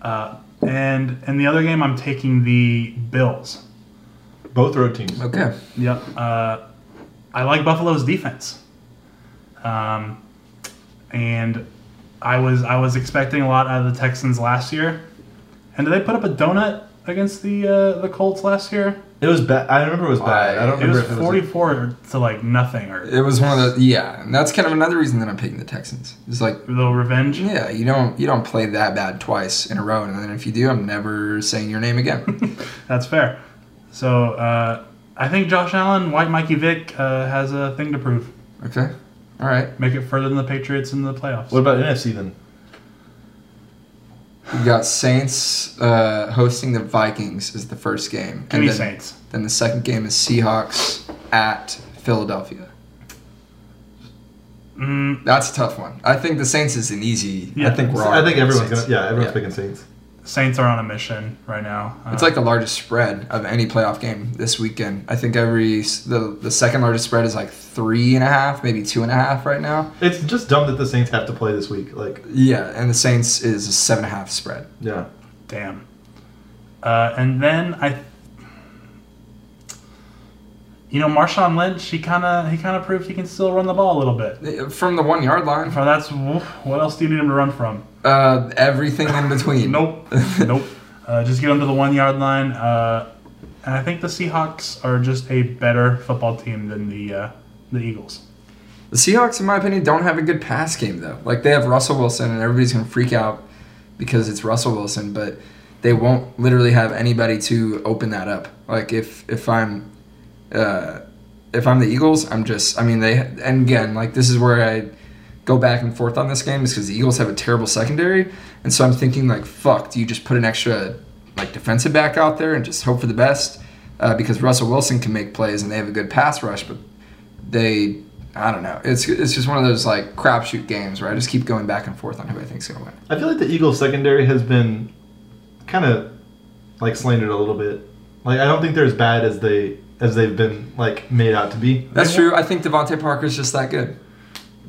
Uh, and in the other game, I'm taking the Bills.
Both road teams.
Okay.
Yep. Uh, I like Buffalo's defense. Um, and I was I was expecting a lot out of the Texans last year. And did they put up a donut against the uh, the Colts last year?
It was bad. I remember it was bad. I don't
It
remember
was
if it was.
forty four to like nothing or
It was one of the yeah, and that's kind of another reason that I'm picking the Texans. It's like
little revenge.
yeah, you don't you don't play that bad twice in a row, and then if you do, I'm never saying your name again.
That's fair. So uh, I think Josh Allen, White Mikey Vick, uh, has a thing to prove.
okay. All right.
Make it further than the Patriots in the playoffs.
what about NFC then?
We got Saints uh, hosting the Vikings is the first game.
Give me
then,
Saints.
Then the second game is Seahawks at Philadelphia.
Mm,
That's a tough one. I think the Saints is an easy. I
Yeah.
think we're. all
I think everyone's
Saints.
gonna. Yeah, everyone's
Yeah.
picking Saints.
Saints are on a mission right now. Uh,
It's like the largest spread of any playoff game this weekend. I think every the the second largest spread is like three and a half, maybe two and a half right now.
It's just dumb that the Saints have to play this week. Like,
Yeah, and the Saints is a seven and a half spread.
yeah.
Damn. Uh, and then I, you know, Marshawn Lynch, he kind of he kind of proved he can still run the ball a little bit.
From the one yard line,
For that's what else do you need him to run from?
uh, everything in between.
Nope, nope. Uh, just get him to the one yard line. Uh, and I think the Seahawks are just a better football team than the uh, the Eagles.
The Seahawks, in my opinion, don't have a good pass game though. Like they have Russell Wilson, and everybody's gonna freak out because it's Russell Wilson, but they won't literally have anybody to open that up. Like if if I'm uh, if I'm the Eagles, I'm just I mean they and again like this is where I go back and forth on this game is because the Eagles have a terrible secondary, and so I'm thinking like fuck, do you just put an extra like defensive back out there and just hope for the best? Uh, because Russell Wilson can make plays and they have a good pass rush, but they I don't know. It's it's just one of those like crapshoot games where I just keep going back and forth on who I think's gonna win.
I feel like the Eagles secondary has been kind of like slandered a little bit. Like I don't think they're as bad as they as they've been like made out to be.
That's true. I think Devontae Parker's just that good.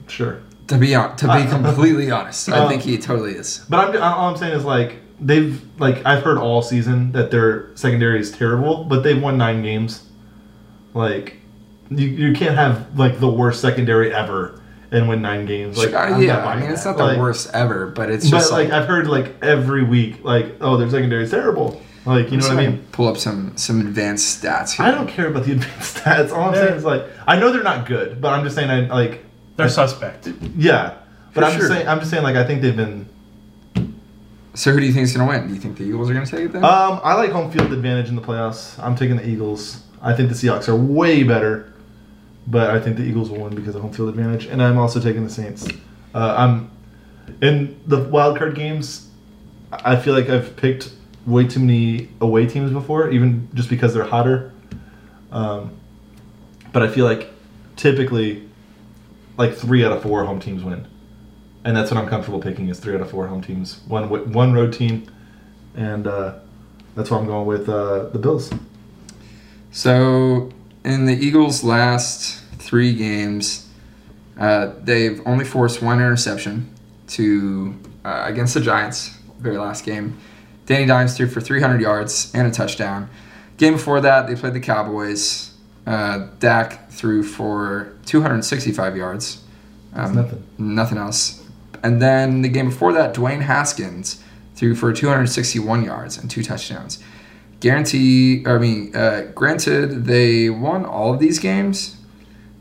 Sure.
To be on, to be completely honest, I
Uh, Um,
think he totally is.
But I'm, all I'm saying is like they've like I've heard all season that their secondary is terrible, but they've won nine games. Like you, you can't have like the worst secondary ever and win nine games. Like
Uh,
I'm
yeah,
not
I
buying
mean it's
that.
not the
Like,
worst ever, but it's
But
just
like
like,
I've heard like every week like oh their secondary is terrible. Like you know
I'm
what
just
I
gonna
mean.
Pull up some some advanced stats. Here.
I don't care about the advanced stats. All I'm saying is like I know they're not good, but I'm just saying I like
They're suspect.
yeah. But
For
I'm
sure.
just saying I'm just saying like I think they've been
So who do you think is gonna win? Do you think the Eagles are gonna take it then?
Um, I like home field advantage in the playoffs. I'm taking the Eagles. I think the Seahawks are way better, but I think the Eagles will win because of home field advantage. And I'm also taking the Saints. Uh, I'm in the wild card games. I feel like I've picked way too many away teams before, even just because they're hotter. Um, but I feel like typically, like three out of four home teams win, and that's what I'm comfortable picking is three out of four home teams, one wi- one road team, and uh, that's why I'm going with uh, the Bills.
So in the Eagles' last three games, uh, they've only forced one interception to uh, against the Giants. Very last game, Danny Dimes threw for 300 yards and a touchdown. Game before that, they played the Cowboys. Uh, Dak threw for 265 yards. Um,
nothing.
Nothing else. And then the game before that, Dwayne Haskins threw for 261 yards and two touchdowns. Guarantee, I mean, uh, granted, they won all of these games.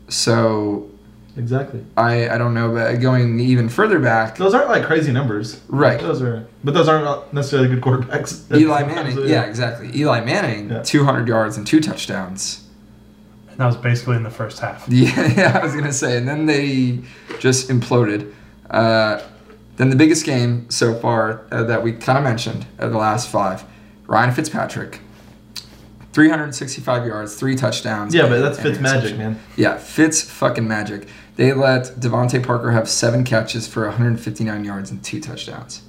So
Exactly.
I, I don't know, but going even further back,
Those aren't like crazy numbers,
right?
Those are, but those aren't uh, necessarily good quarterbacks. That's
Eli Manning,
absolutely-
yeah, exactly. Eli Manning,
Yeah.
200 yards and two touchdowns.
And that was basically in the first half.
Yeah, yeah, I was gonna say, and then they just imploded. Uh, then the biggest game so far uh, that we kind of mentioned of the last five, Ryan Fitzpatrick, 365 yards, three touchdowns.
Yeah, but that's
and an
Fitz magic,
interception.
man.
Yeah, Fitz fucking magic. They let Devontae Parker have seven catches for 159 yards and two touchdowns.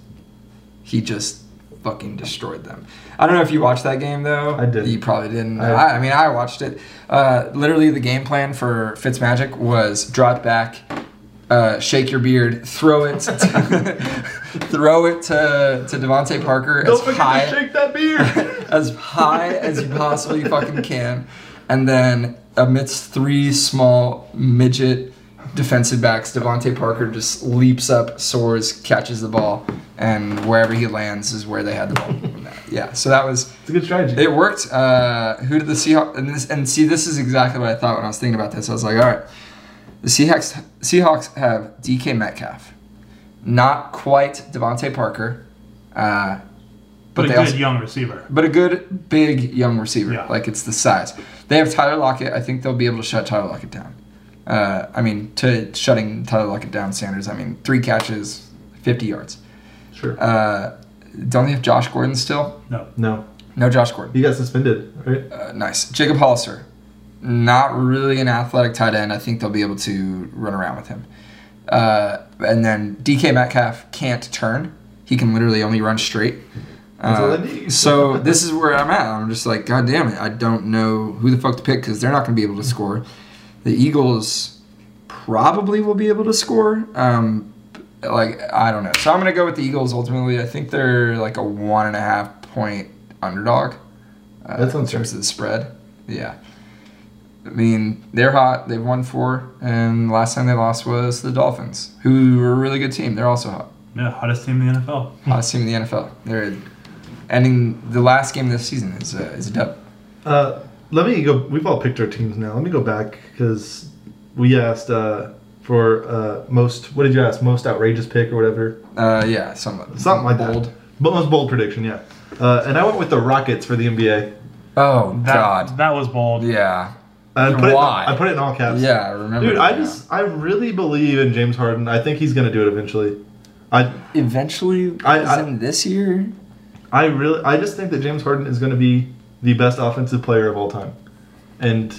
He just fucking destroyed them. I don't know if you watched that game though.
I didn't.
You probably didn't.
I-
I, I mean, I watched it. Uh, literally, the game plan for Fitzmagic was draw it back, uh, shake your beard, throw it, throw it to to Devontae Parker
Don't
as
forget
high
to shake that beer.
as high as you possibly fucking can, and then amidst three small midget defensive backs, Devontae Parker just leaps up, soars, catches the ball, and wherever he lands is where they had the ball. yeah, so that was
it's a good strategy.
it worked. Uh, who did the Seahawks? And, this, and see, this is exactly what I thought when I was thinking about this. I was like, all right, the Seahawks Seahawks have DK Metcalf, not quite Devontae Parker, uh,
But,
but,
a
they
good
also
young receiver.
but a good big young receiver.
Yeah.
Like it's the size. They have Tyler Lockett. I think they'll be able to shut Tyler Lockett down. Uh, I mean, to shutting Tyler Lockett down, Sanders. I mean, three catches, fifty yards.
Sure.
Uh, don't they have Josh Gordon still?
No.
No,
No, Josh Gordon.
he got suspended, right?
Uh, nice. Jacob Hollister. Not really an athletic tight end. I think they'll be able to run around with him. Uh, and then DK Metcalf can't turn. He can literally only run straight.
That's all
Uh,
I need.
so this is where I'm at. I'm just like, God damn it. I don't know who the fuck to pick because they're not going to be able to score. The Eagles probably will be able to score. Um, like, I don't know. So I'm going to go with the Eagles ultimately. I think they're like a one and a half point underdog uh,
That
in
sounds
terms of the spread. Yeah. I mean, they're hot. They've won four, and the last time they lost was the Dolphins, who were a really good team. They're also hot.
Yeah, hottest team in the NFL.
Hottest team in the NFL. They're ending the last game of the season is a, is a dub.
Uh, let me go. We've all picked our teams now. Let me go back because we asked uh, for uh, most. What did you ask? Most outrageous pick or whatever,
Uh, yeah, something
something like that.
bold.
But most bold prediction, yeah. Uh, and I went with the Rockets for the NBA.
Oh
That,
God.
That was bold.
Yeah.
I put
Why?
It in, I put it in all caps.
Yeah, I remember.
Dude,
that
I
now.
just I really believe in James Harden. I think he's gonna do it eventually. I
eventually
I-
as
I-
in this year.
I really I just think that James Harden is gonna be the best offensive player of all time. And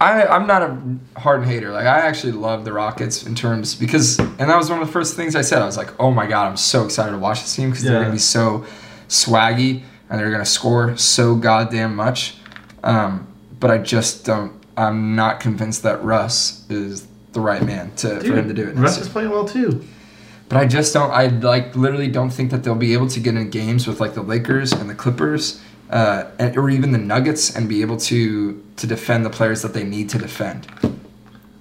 I, I'm not a Harden hater. Like I actually love the Rockets in terms because, and that was one of the first things I said. I was like, oh my god, I'm so excited to watch this team because
Yeah.
they're gonna be so swaggy and they're going to score so goddamn much. Um, but I just don't. I'm not convinced that Russ is the right man to for him to do it.
Russ is playing well too.
But I just don't. I like literally don't think that they'll be able to get in games with like the Lakers and the Clippers, uh, and, or even the Nuggets, and be able to to defend the players that they need to defend.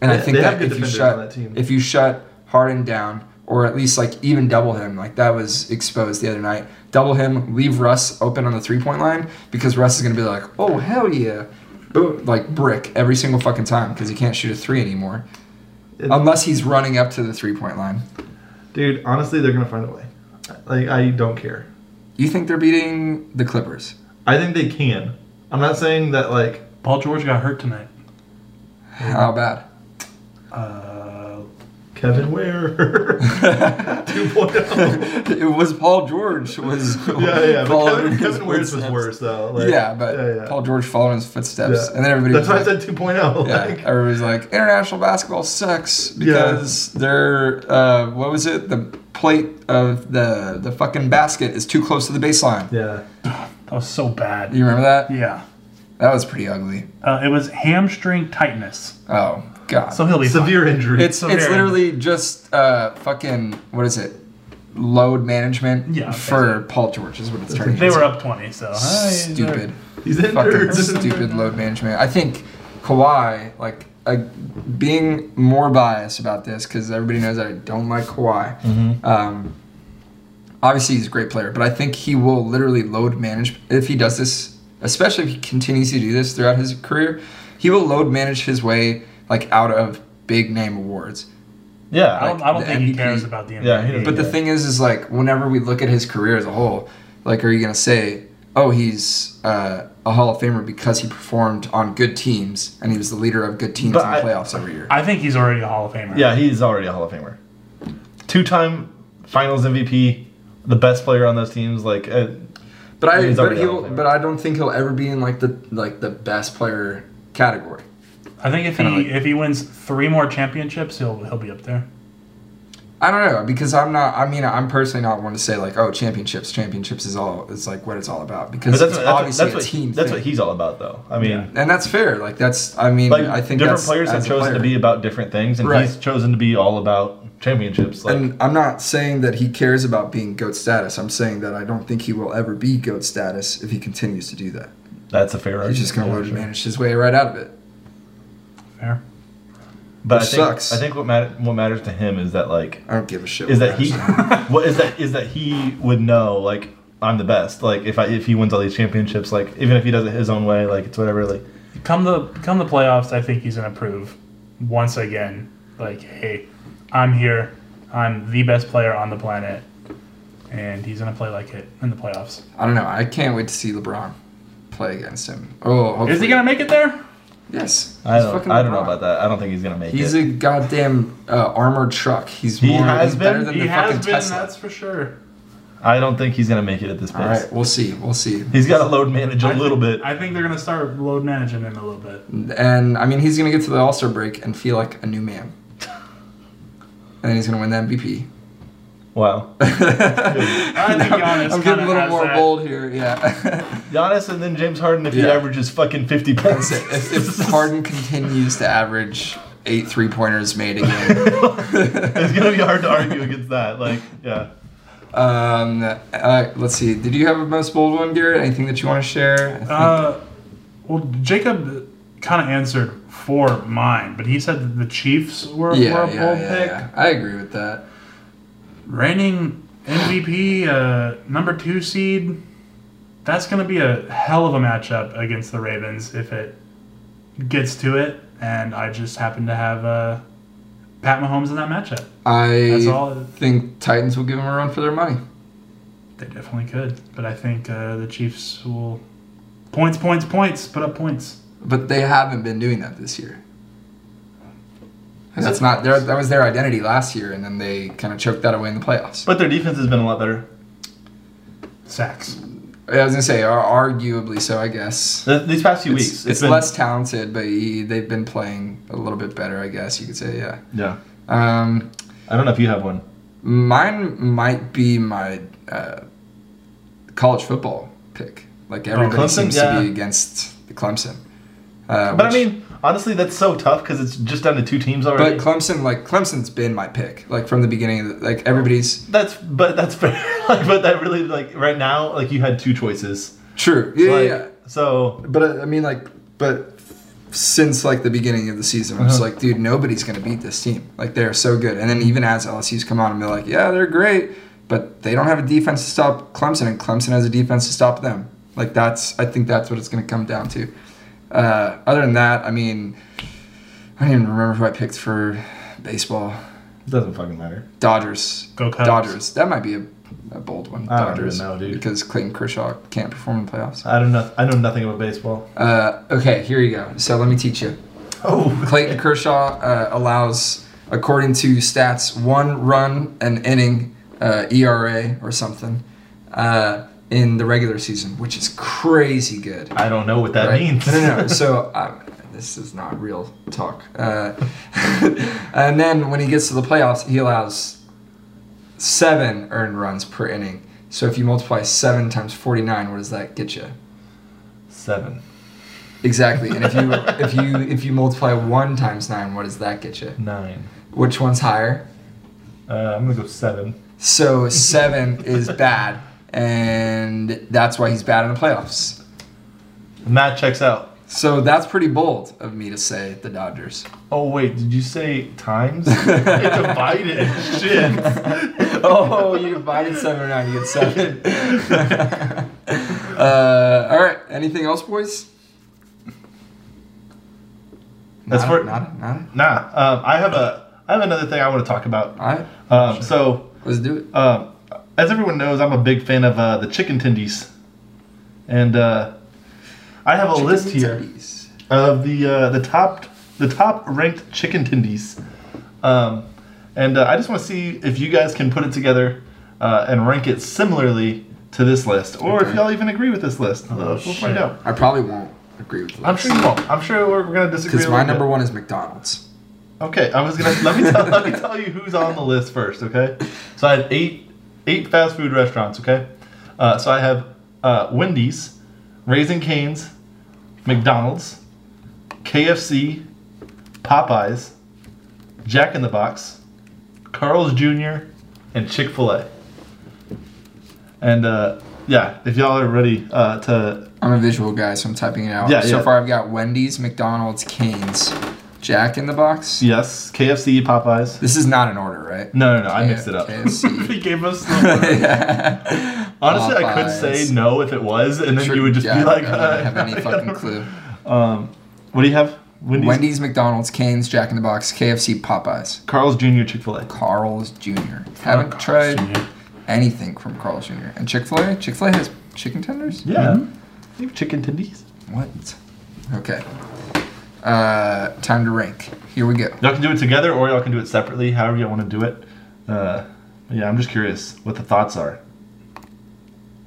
And I
They-
think
they have
that
good
if you
defenders
shut
on that team.
if you shut Harden down, or at least like even double him, like that was exposed the other night. Double him, leave Russ open on the three point line because Russ is gonna be like, oh hell yeah, boom, like brick every single fucking time because he can't shoot a three anymore
It-
unless he's running up to the three point line.
Dude, honestly, they're gonna find a way. Like I don't care.
You think they're beating the Clippers?
I think they can. I'm not saying that like
Paul George got hurt tonight.
How bad?
Uh,
Kevin Ware 2.0.
oh. it was Paul George was
Yeah, yeah.
following
But Kevin,
his
Kevin Ware's was
footsteps.
worse though. Like,
yeah, but Paul George followed in his footsteps, and then everybody
That's why
was
I
like,
said 2.0.
yeah,
Like,
everybody's like, international basketball sucks because they're uh, what was it? The plate of the the fucking basket is too close to the baseline.
yeah.
that was so bad.
You remember that?
Yeah.
That was pretty ugly.
Uh, it was hamstring tightness.
Oh god.
So he'll be fine.
Severe injury.
It's
So
it's
very-
literally just uh fucking what is it? Load management
Yeah,
for Paul George is what it's turning.
They
into.
were up 20, so. huh,
stupid,
He's injured.
fucking stupid load management. I think Kawhi like. Uh, being more biased about this because everybody knows I don't like Kawhi.
Mm-hmm.
Um, obviously, he's a great player, but I think he will literally load manage if he does this, especially if he continues to do this throughout his career. He will load manage his way like out of big name awards.
I
Yeah.
don't, I don't
the
think he
MVP.
cares about the MVP.
Yeah, he doesn't.
But the
Yeah.
thing is, is like whenever we look at his career as a whole, like, are you gonna say, oh, he's uh, a Hall of Famer because he performed on good teams and he was the leader of good teams
But
in the
I-
playoffs every year?
I think he's already a Hall of Famer.
Yeah, he's already a Hall of Famer. Two-time Finals MVP, the best player on those teams. Like, uh,
but I,
he's
but
already a Hall
he'll,
of Famer.
but I don't think he'll ever be in like the like the best player category.
I think if he
Kinda like-
if he wins three more championships, he'll he'll be up there.
I don't know because I'm not. I mean, I'm personally not one to say like, oh, championships, championships is all. It's like what it's all about
but
because
that's,
it's
what, that's,
obviously
that's, what,
a team.
that's
thing.
what he's all about, though. I mean,
Yeah.
and that's fair. Like that's. I mean,
like
I think
different
that's-
players have
as a
chosen to
player.
be about different things, and
Right.
he's chosen to be all about championships. Like,
And I'm not saying that he cares about being GOAT status. I'm saying that I don't think he will ever be GOAT status if he continues to do that.
that's a fair argument.
He's just going to
yeah,
load and
sure.
manage his way right out of it.
Fair.
But I
Which
think,
sucks.
I think what, matter, what matters to him is that, like,
I don't give a shit.
is
what
that he
matters.
what is that is that he would know like I'm the best. Like if I if he wins all these championships, like even if he does it his own way, like it's whatever. Like
Come the come the playoffs, I think he's gonna prove once again, like, hey, I'm here, I'm the best player on the planet, and he's gonna play like it in the playoffs.
I don't know. I can't wait to see LeBron play against him. Oh, hopefully.
Is he gonna make it there?
Yes.
I
He's
don't
fucking
I don't know
LeBron.
about that. I don't think he's gonna make
He's
it.
a goddamn uh, armored truck. He's
He
more,
has
he's better
been-
than
He
the
has
fucking
been,
Tesla.
that's for sure.
I I don't think he's gonna make it at this pace.
All right, we'll see. We'll see.
He's got to load manage a
I
little
think-
bit.
I think they're gonna start load managing him a little bit.
And I mean, he's gonna get to the All Star break and feel like a new man. And then he's gonna win the MVP.
wow.
I think Giannis
I'm
kinda
getting a little
has
more
that.
bold here. Yeah.
Giannis and then James Harden if he
Yeah.
averages fucking 50 points.
if, if Harden continues to average eight three pointers made a game,
it's gonna be hard to argue against that. Like yeah.
um, uh, let's see. Did you have a most bold one, Garrett? Anything that you want to share? I think-
Uh, well, Jacob kind of answered for mine, but he said that the Chiefs were, were
yeah,
a
yeah,
bold
yeah,
pick.
yeah. I agree with that.
Reigning MVP, uh, number two seed. That's going to be a hell of a matchup against the Ravens if it gets to it. And I just happen to have uh, Pat Mahomes in that matchup. That's all.
I think Titans will give him a run for their money.
They definitely could, but I think uh, the Chiefs will points, points, points, put up points.
But they haven't been doing that this year. And that's not their, that was their identity last year, and then they kind of choked that away in the playoffs.
But their defense has been a lot better.
Sacks.
I was gonna say, ar- arguably so, I guess.
Th- These past few weeks
It's, it's
been-
less talented, but he, they've been playing a little bit better, I guess you could say. Yeah.
Yeah.
Um,
I don't know if you have one.
mine might be my uh, college football pick. Like everybody
Oh, Clemson,
seems
yeah.
to be against the Clemson. Uh,
But
which-
I mean, honestly, that's so tough because it's just down to two teams already.
but Clemson, like Clemson's been my pick, like from the beginning. Of the, like everybody's
that's but that's fair. like, but that really like right now, like you had two choices.
true. Yeah,
Like,
yeah, yeah.
So
But uh, I mean, like, but since like the beginning of the season, I
Uh-huh.
was like, dude, nobody's gonna beat this team. Like they're so good. And then even as LSU's come on and they're like, yeah, they're great, but they don't have a defense to stop Clemson, and Clemson has a defense to stop them. Like that's, I think that's what it's gonna come down to. Uh, other than that, I mean, I don't even remember who I picked for baseball.
it doesn't fucking matter.
Dodgers.
Go Cubs.
Dodgers. That might be a, a bold one.
I don't even
Dodgers.
know, dude.
Because Clayton Kershaw can't perform in the playoffs.
I don't know. I know nothing about baseball.
Uh, okay, here you go. So let me teach you.
Oh,
Clayton Kershaw uh, allows, according to stats, one run an inning uh, ERA or something uh, in the regular season, which is crazy good.
I don't know what that
right?
means.
No, no, no. So um, this is not real talk. Uh, and then when he gets to the playoffs, he allows seven earned runs per inning. So if you multiply seven times forty-nine, what does that get you?
Seven.
Exactly. And if you if you if you multiply one times nine, what does that get you?
Nine.
Which one's higher?
Uh, I'm gonna go seven.
So seven is bad, and that's why he's bad in the playoffs.
Matt checks out.
So that's pretty bold of me to say the Dodgers.
Oh wait, did you say times? it divided. Shit.
Oh, you divided seven or nine, you get seven. uh, all right. Anything else, boys?
That's
Nada,
for-
nada, nada.
Nah. Um, I have a. I have another thing I want to talk about.
All right.
Um, so,
Let's do it.
um, as everyone knows, I'm a big fan of uh, the chicken tendies, and uh, I have a list here.
Tendies.
of the uh, the top the top ranked chicken tendies, um, and uh, I just want to see if you guys can put it together uh, and rank it similarly to this list, or if
Okay. Oh,
y'all even agree with this list. Uh, we'll
shit.
find out.
I probably won't agree with.
I'm sure you won't. I'm sure we're, we're gonna disagree.
Because
a
my
little
number
bit.
one is McDonald's.
Okay, I was gonna let me tell, let me tell you who's on the list first. Okay, so I have eight eight fast food restaurants. Okay, uh, so I have uh, Wendy's, Raising Cane's, McDonald's, KFC, Popeyes, Jack in the Box, Carl's Jr., and Chick Fil A. And uh, yeah, if y'all are ready uh, to
I'm a visual guy, so I'm typing it out.
Yeah,
so
yeah.
far, I've got Wendy's, McDonald's, Canes, Jack in the Box.
yes, KFC, Popeyes.
This is not an order, right?
No, no, no, I mixed it up.
KFC.
He gave us the
Yeah.
Honestly, I could
Popeyes.
say no if it was, and then
Sure,
you would just
yeah,
be like,
I don't have
I
any fucking
don't-
clue.
Um, what do you have? Wendy's,
Wendy's, McDonald's, Canes, Jack in the Box, KFC, Popeyes,
Carl's Jr., Chick Fil A.
Carl's Jr. Haven't
Carl's
tried
Jr..
anything from Carl's Jr. And Chick Fil A. Chick Fil A has chicken tenders.
Yeah, They have chicken tendies.
What? Okay. Uh, time to rank. Here we go.
Y'all can do it together, or y'all can do it separately. However y'all want to do it. Uh, yeah, I'm just curious what the thoughts are.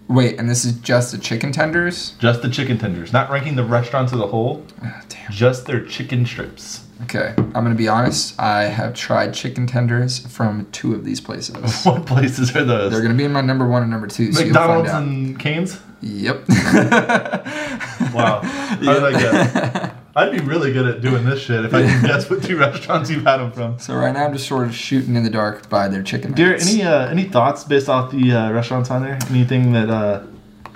Wait, and this is just the chicken tenders?
Just the chicken tenders, not ranking the restaurants as a whole,
Ah, damn.
just their chicken strips.
Okay, I'm gonna be honest. I have tried chicken tenders from two of these places.
What places are those?
They're gonna be in my number one and number two. So
McDonald's
you'll find out.
and Canes.
Yep.
Wow, I like that. I'd be really good at doing this shit if I could guess what two restaurants you've had them from.
so right now I'm just sort of shooting in the dark by their chicken.
Dear,
nuggets.
any uh, any thoughts based off the uh, restaurants on there? Anything that uh,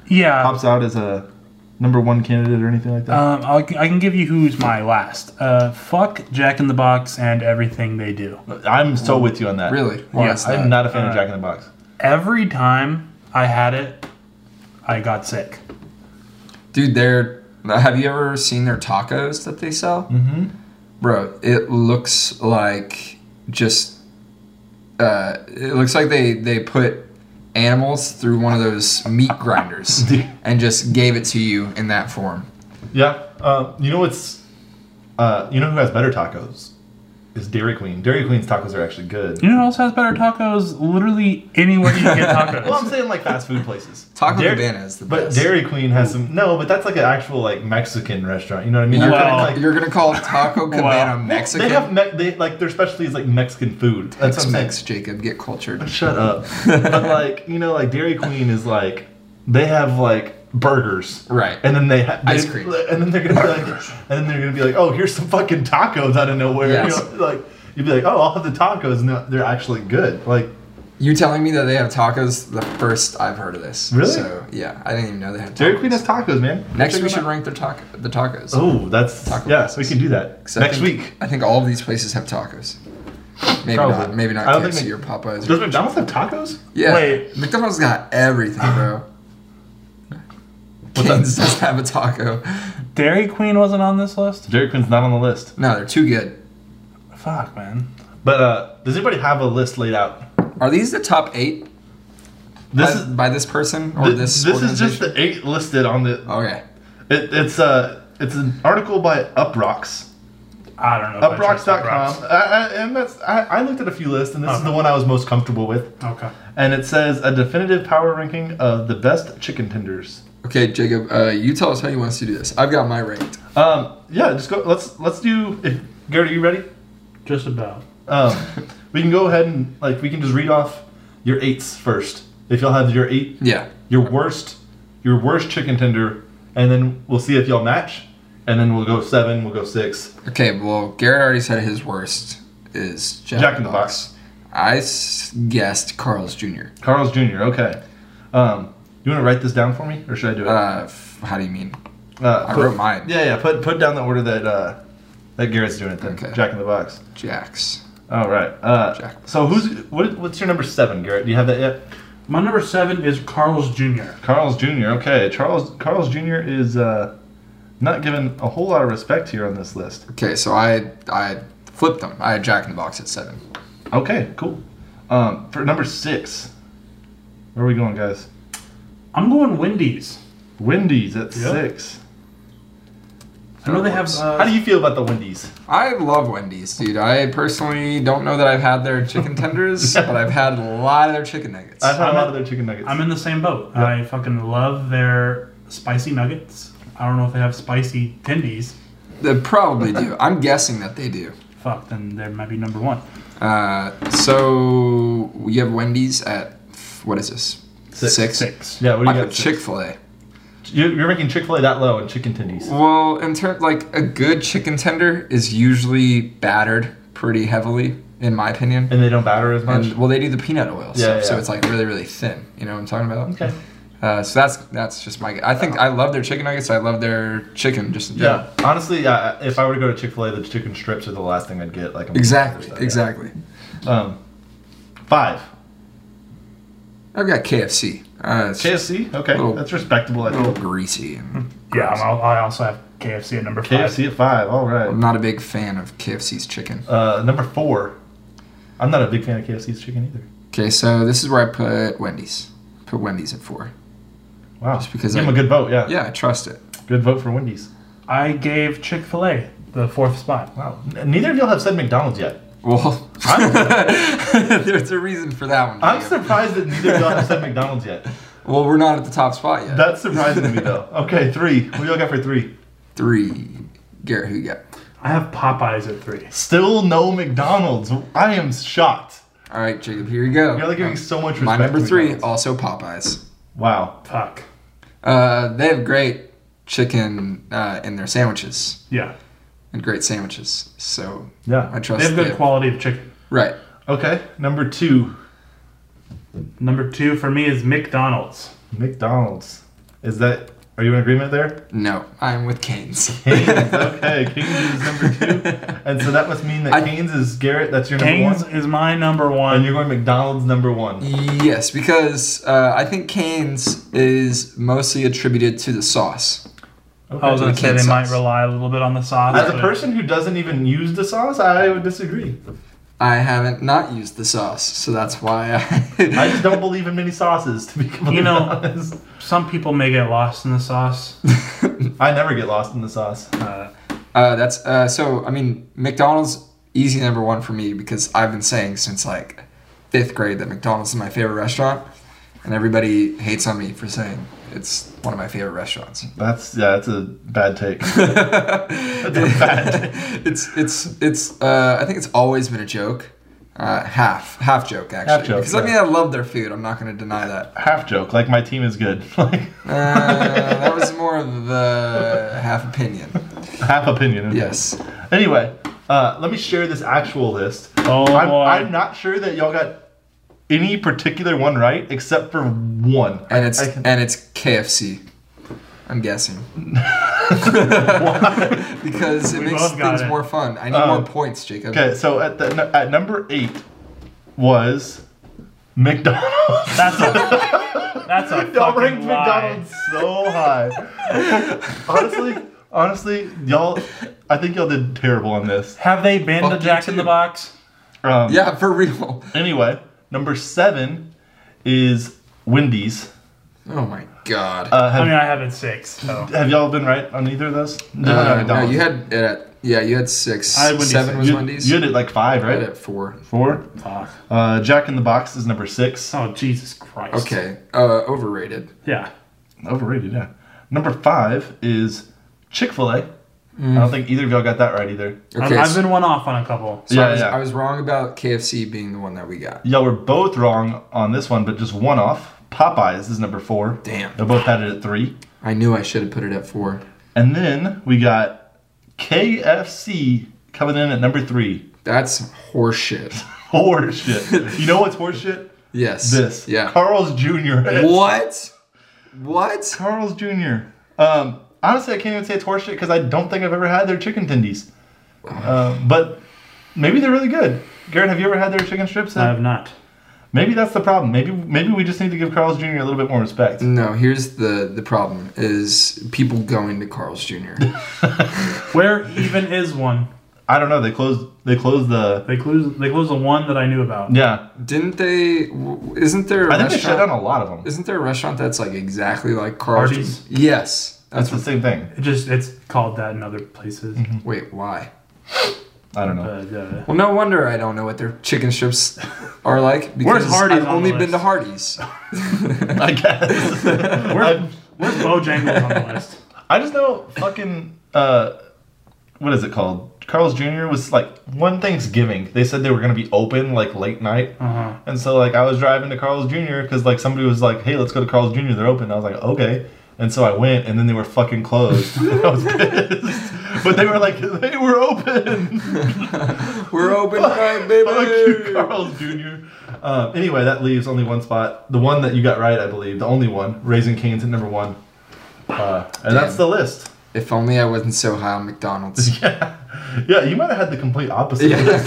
yeah.
pops out as a number one candidate or anything like that?
Um, I'll, I can give you who's my last. Uh, fuck Jack in the Box and everything they do.
Um, I'm so with you on that.
really? Why
Yeah,
is that?
I'm not a fan
Uh,
of Jack in the Box.
Every time I had it, I got sick.
Dude, they're. Have you ever seen their tacos that they sell? Mm-hmm. Bro, it looks like just. Uh, it looks like they they put animals through one of those meat grinders and just gave it to you in that form.
Yeah. Uh, you know what's? Uh, you know who has better tacos? Is Dairy Queen. Dairy Queen's tacos are actually good.
You know who else has better tacos? Literally anywhere you can get tacos.
Well, I'm saying like fast food places.
Taco
Dairy-
Cabana is the
But
best.
Dairy Queen has some. No, but that's like an actual like Mexican restaurant. You know what I mean? You're
Wow.
talking, like,
You're gonna call Taco Cabana
Wow.
Mexican?
they have me- they like their specialty is like Mexican food. That's what I'm saying.
Tex-Mex, Jacob. Get cultured.
Shut up. but like, you know, like Dairy Queen is like they have like burgers,
Right.
And then they ha-
Ice
they-
cream.
and then they're gonna be like, and then they're gonna be like, oh, here's some fucking tacos out of nowhere.
Yes.
You know, like you'd be like, oh, I'll have the tacos, and they're- they're actually good. Like
You telling me that they have tacos? The first I've heard of this.
Really?
So yeah, I didn't even know they had. Tacos.
Dairy Queen has tacos, man.
Next,
Check
we
them
should
out.
rank their taco the tacos.
Oh, that's
Taco
yeah.
places.
We can do that
'Cause I
next
think-
week.
I think all of these places have tacos. Maybe not.
Probably.
Maybe not
I don't think
KFC
they-
or Popeyes.
Does McDonald's have tacos?
yeah.
Wait.
McDonald's got everything, bro.
that?
Canes does have a taco.
Dairy Queen wasn't on this list.
Dairy Queen's not on the list.
No, they're too good.
Fuck, man.
But uh, does anybody have a list laid out?
Are these the top eight
This
by,
is
by this person or
thi-
this?
this, is just the eight listed on the.
okay.
It, it's uh, it's an article by Uprocks.
I don't know. if I trust
Uprocks.com. I, I, and that's I, I looked at a few lists, and this is
Okay.
the one I was most comfortable with.
Uproxx. Okay.
And it says a definitive power ranking of the best chicken tenders.
Okay, Jacob. Uh, you tell us how you want us to do this. I've got my ranked.
Um, yeah, just go. Let's let's do. If Garrett, are you ready?
Just about.
Um, we can go ahead and like we can just read off your eights first. If y'all have your eight,
Yeah.
your worst, your worst chicken tender, and then we'll see if y'all match. And then we'll go seven. We'll go six.
Okay. Well, Garrett already said his worst is Jack,
Jack in the Box.
I s- guessed Carl's Jr.
Carl's Jr. Okay. Um, you want to write this down for me, or should I do it?
Uh, f- how do you mean?
Uh,
I
put-
wrote mine.
Yeah, yeah. Put put down the order that uh, that Garrett's doing it. Then
Okay.
Jack in the Box.
Jacks.
All right. Uh,
Jack.
So who's what? What's your number seven, Garrett? Do you have that yet?
My number seven is Carl's Jr.
Carl's Jr. Okay, Charles Carl's Jr. is uh, not given a whole lot of respect here on this list.
Okay, so I I flipped them. I had Jack in the Box at seven.
Okay, cool. Um, for number six, where are we going, guys?
I'm going Wendy's.
Wendy's at
Yeah.
six.
I know they have. Uh,
How do you feel about the Wendy's?
I love Wendy's, dude. I personally don't know that I've had their chicken tenders, but I've had a lot of their chicken nuggets.
I've had a
I'm
lot
in-
of their chicken nuggets.
I'm in the same boat. I fucking love their spicy nuggets. I don't know if they have spicy tendies.
They probably do. I'm guessing that they do.
Fuck, then they might be number one.
Uh, so you have Wendy's at f- what is this?
Six.
Six.
yeah, what do
I
you
put
got?
Chick Fil A.
You're, you're making Chick Fil A that low and chicken tendies.
Well, in terms like a good chicken tender is usually battered pretty heavily, in my opinion.
and they don't batter as much.
And well, they do the peanut oil
Yeah,
stuff, so
yeah.
it's like really, really thin. You know what I'm talking about?
okay.
Uh, so that's that's just my. I think I love their chicken nuggets. I love their chicken just in general.
Yeah. Honestly, yeah, if I were to go to Chick Fil A, the chicken strips are the last thing I'd get. Like I'm-
Exactly.
Yeah.
Exactly.
Um, five.
I've got KFC. Uh, it's just
KFC. Okay,
Little-
that's respectable. I
a little
think.
greasy.
Hmm.
And
Yeah, I'm, al- I also have KFC at number five.
KFC at five. All
I'm
right.
not a big fan of KFC's chicken.
Uh, number four. I'm not a big fan of KFC's chicken either.
Okay, so this is where I put Wendy's. Put Wendy's at four.
Wow.
Just because
Give
I-
them a good vote. Yeah.
Yeah, I trust it.
Good vote for Wendy's.
I gave Chick Fil A the fourth spot.
Wow. N- Neither of y'all have said McDonald's yet.
Well, there's a reason for that one.
I'm
Jacob.
surprised that neither of y'all have said McDonald's yet.
well, we're not at the top spot yet.
That's surprising to me though. Okay, three. What y'all got for three?
Three. Garrett, who you got?
I have Popeyes at three.
Still no McDonald's. I am shocked.
All right, Jacob, here you go.
You're like giving so much respect.
My number
to
three, oh.
McDonald's.
also Popeyes.
Wow.
Fuck.
Uh, they have great chicken uh, in their sandwiches
Yeah,
and great sandwiches. So I
Yeah.
trust
they have good
them.
quality of chicken.
Right.
Okay. Number two.
Number two for me is McDonald's.
McDonald's. Is that? Are you in agreement there?
No, I'm with Canes.
Keynes, okay. Keynes is number two. And so that must mean that
I-
Keynes is Garrett, that's your number
Kings
one.
is my number
And
one.
you're going McDonald's number one.
yes, because uh, I think Canes is mostly attributed to the sauce.
I
Okay.
was gonna say
Cane
they might
sauce.
rely a little bit on the sauce.
As a
but-
person who doesn't even use the sauce, I would disagree.
I haven't not used the sauce, so that's why I.
I just don't believe in many sauces, to be completely
You know-
honest.
some people may get lost in the sauce.
I never get lost in the sauce.
Uh,
Uh, that's uh, so. I mean, McDonald's easy number one for me because I've been saying since like fifth grade that McDonald's is my favorite restaurant, and everybody hates on me for saying it's one of my favorite restaurants.
That's yeah, that's a bad take. bad
it's it's it's. Uh, I think it's always been a joke. Uh, half, half joke actually.
joke,
because I
yeah.
mean, I love their food. I'm not going to deny that.
Half joke, like my team is good. Like
Uh, that was more of the half opinion.
half opinion.
Yes.
Anyway, uh, let me share this actual list.
Oh,
I'm,
boy.
I'm not sure that y'all got any particular one right, except for one.
And it's
I can-
and it's KFC. I'm guessing. because it makes
both got
things
it.
more fun. I need
Um,
more points, Jacob.
okay, so at the at number eight was McDonald's.
That's a that's a
y'all
fucking
ranked
lie.
McDonald's so high. honestly, honestly, y'all, I think y'all did terrible on this.
Have they been
Fuck
to
you
Jack in
too.
the Box?
Um,
Yeah, for real.
Anyway, number seven is Wendy's.
Oh my god.
Uh, have,
I mean, I have it six. So
have y'all been right on either of those? No,
Uh,
no,
no,
McDonald's.
you had it at yeah, you had six.
I had Wendy's.
Seven was
you,
Wendy's.
You had it like five,
I had
right?
it at four.
Four.
fuck.
Uh, Jack in the Box is number six.
Oh Jesus Christ.
Okay. Uh, overrated.
Yeah.
Overrated, yeah. Number five is Chick Fil A.
Mm.
don't think either of y'all got that right either.
Okay.
I've, I've been one off on a couple.
so I,
yeah,
was,
yeah.
I was wrong about KFC being the one that we got.
Y'all were both wrong on this one, but just one off. Popeyes is number four.
Damn.
They both had it at three.
I knew I should have put it at four.
And then we got KFC coming in at number three.
That's horseshit.
Horseshit. you know what's horseshit?
Yes.
This.
Yeah.
Carl's Jr.
What? What?
Carl's Jr. Um, honestly, I can't even say it's horseshit because I don't think I've ever had their chicken tendies. Uh, but maybe they're really good. Garrett, have you ever had their chicken strips?
I have not.
Maybe that's the problem. Maybe maybe we just need to give Carl's Jr. a little bit more respect.
No, here's the the problem is people going to Carl's Jr.
Where even is one?
I don't know. They closed. They closed the.
They closed. They closed the one that I knew about.
Yeah,
Didn't they? w- Isn't there? a
I think they shut
restaurant,
down a lot of them.
Isn't there a restaurant that's like exactly like Carl's?
Arby's?
Jr.? Yes.
That's
That's
the same thing.
It just it's called that in other places.
wait. Why?
I don't know.
But, uh,
Mm-hmm. Well, no wonder I don't know what their chicken strips are like because
Hardee's
I've
on
only
the
been to
list?
Hardee's.
I guess.
where, where's Bojangles on the list?
I just know fucking uh, what is it called? Carl's Jr. was like one Thanksgiving. They said they were gonna be open like late night,
Uh-huh.
and so like I was driving to Carl's Jr. because like somebody was like, "Hey, let's go to Carl's Jr. They're open." I was like, "Okay," and so I went, and then they were fucking closed. I was pissed, but they were like, "They were open."
We're open tonight,
Fuck you,
baby.
Carl's Jr. Um, anyway, that leaves only one spot. The one that you got right, I believe, the only one. Raising Cane's at number one, uh, and that's
Damn.
the list.
If only I wasn't so high on McDonald's.
Yeah, you might have had the complete opposite. of this.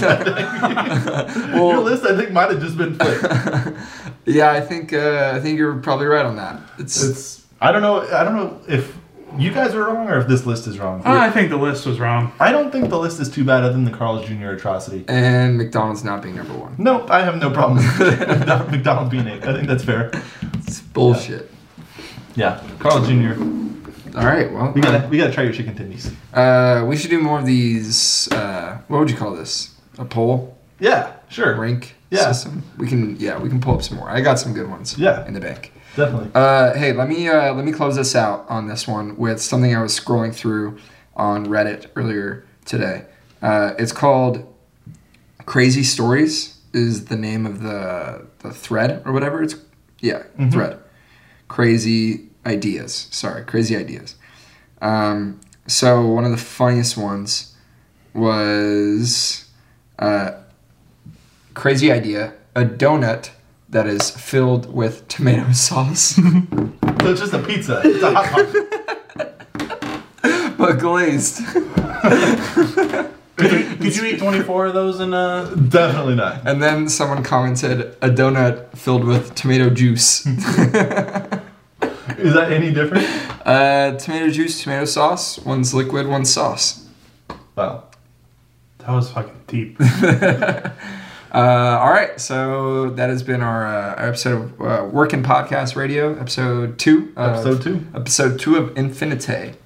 Your list, I think, might have just been flipped.
Yeah, I think uh, I think you're probably right on that. It's,
It's I don't know. I don't know if you guys are wrong or if this list is wrong.
I think the list was wrong.
I don't think the list is too bad, other than the Carl's Jr. atrocity.
and McDonald's not being number one.
Nope, I have no problem with McDonald's being it. I think that's fair.
It's bullshit.
Yeah, Carl's Jr.
All right, well,
We gotta we gotta try your chicken tendies.
uh, we should do more of these. Uh, what would you call this? A poll
Yeah, sure,
rank
Yeah.
system. We can, yeah, we can pull up some more. I got some good ones.
Yeah.
in the bank.
definitely.
Uh, hey, let me uh, let me close this out on this one with something I was scrolling through on Reddit earlier today. Uh, it's called "Crazy Stories" is the name of the the thread or whatever. It's yeah, thread. Crazy ideas. Sorry, crazy ideas. Um, so one of the funniest ones was uh, crazy idea: a donut that is filled with tomato sauce.
So it's just a pizza. It's a hot pocket.
but glazed.
Did you, did you eat 24 of those in uh
Definitely not.
And then someone commented, a donut filled with tomato juice.
Is that any different?
uh, tomato juice, tomato sauce. One's liquid, one's sauce.
Wow.
That was fucking deep.
Uh, all right, so that has been our, uh, our episode of uh, Working Podcast Radio, episode two. Of,
Uh,
Episode two.
Episode two of Infinite.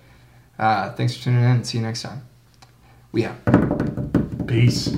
Uh, thanks for tuning in. See you next time. We out.
Peace.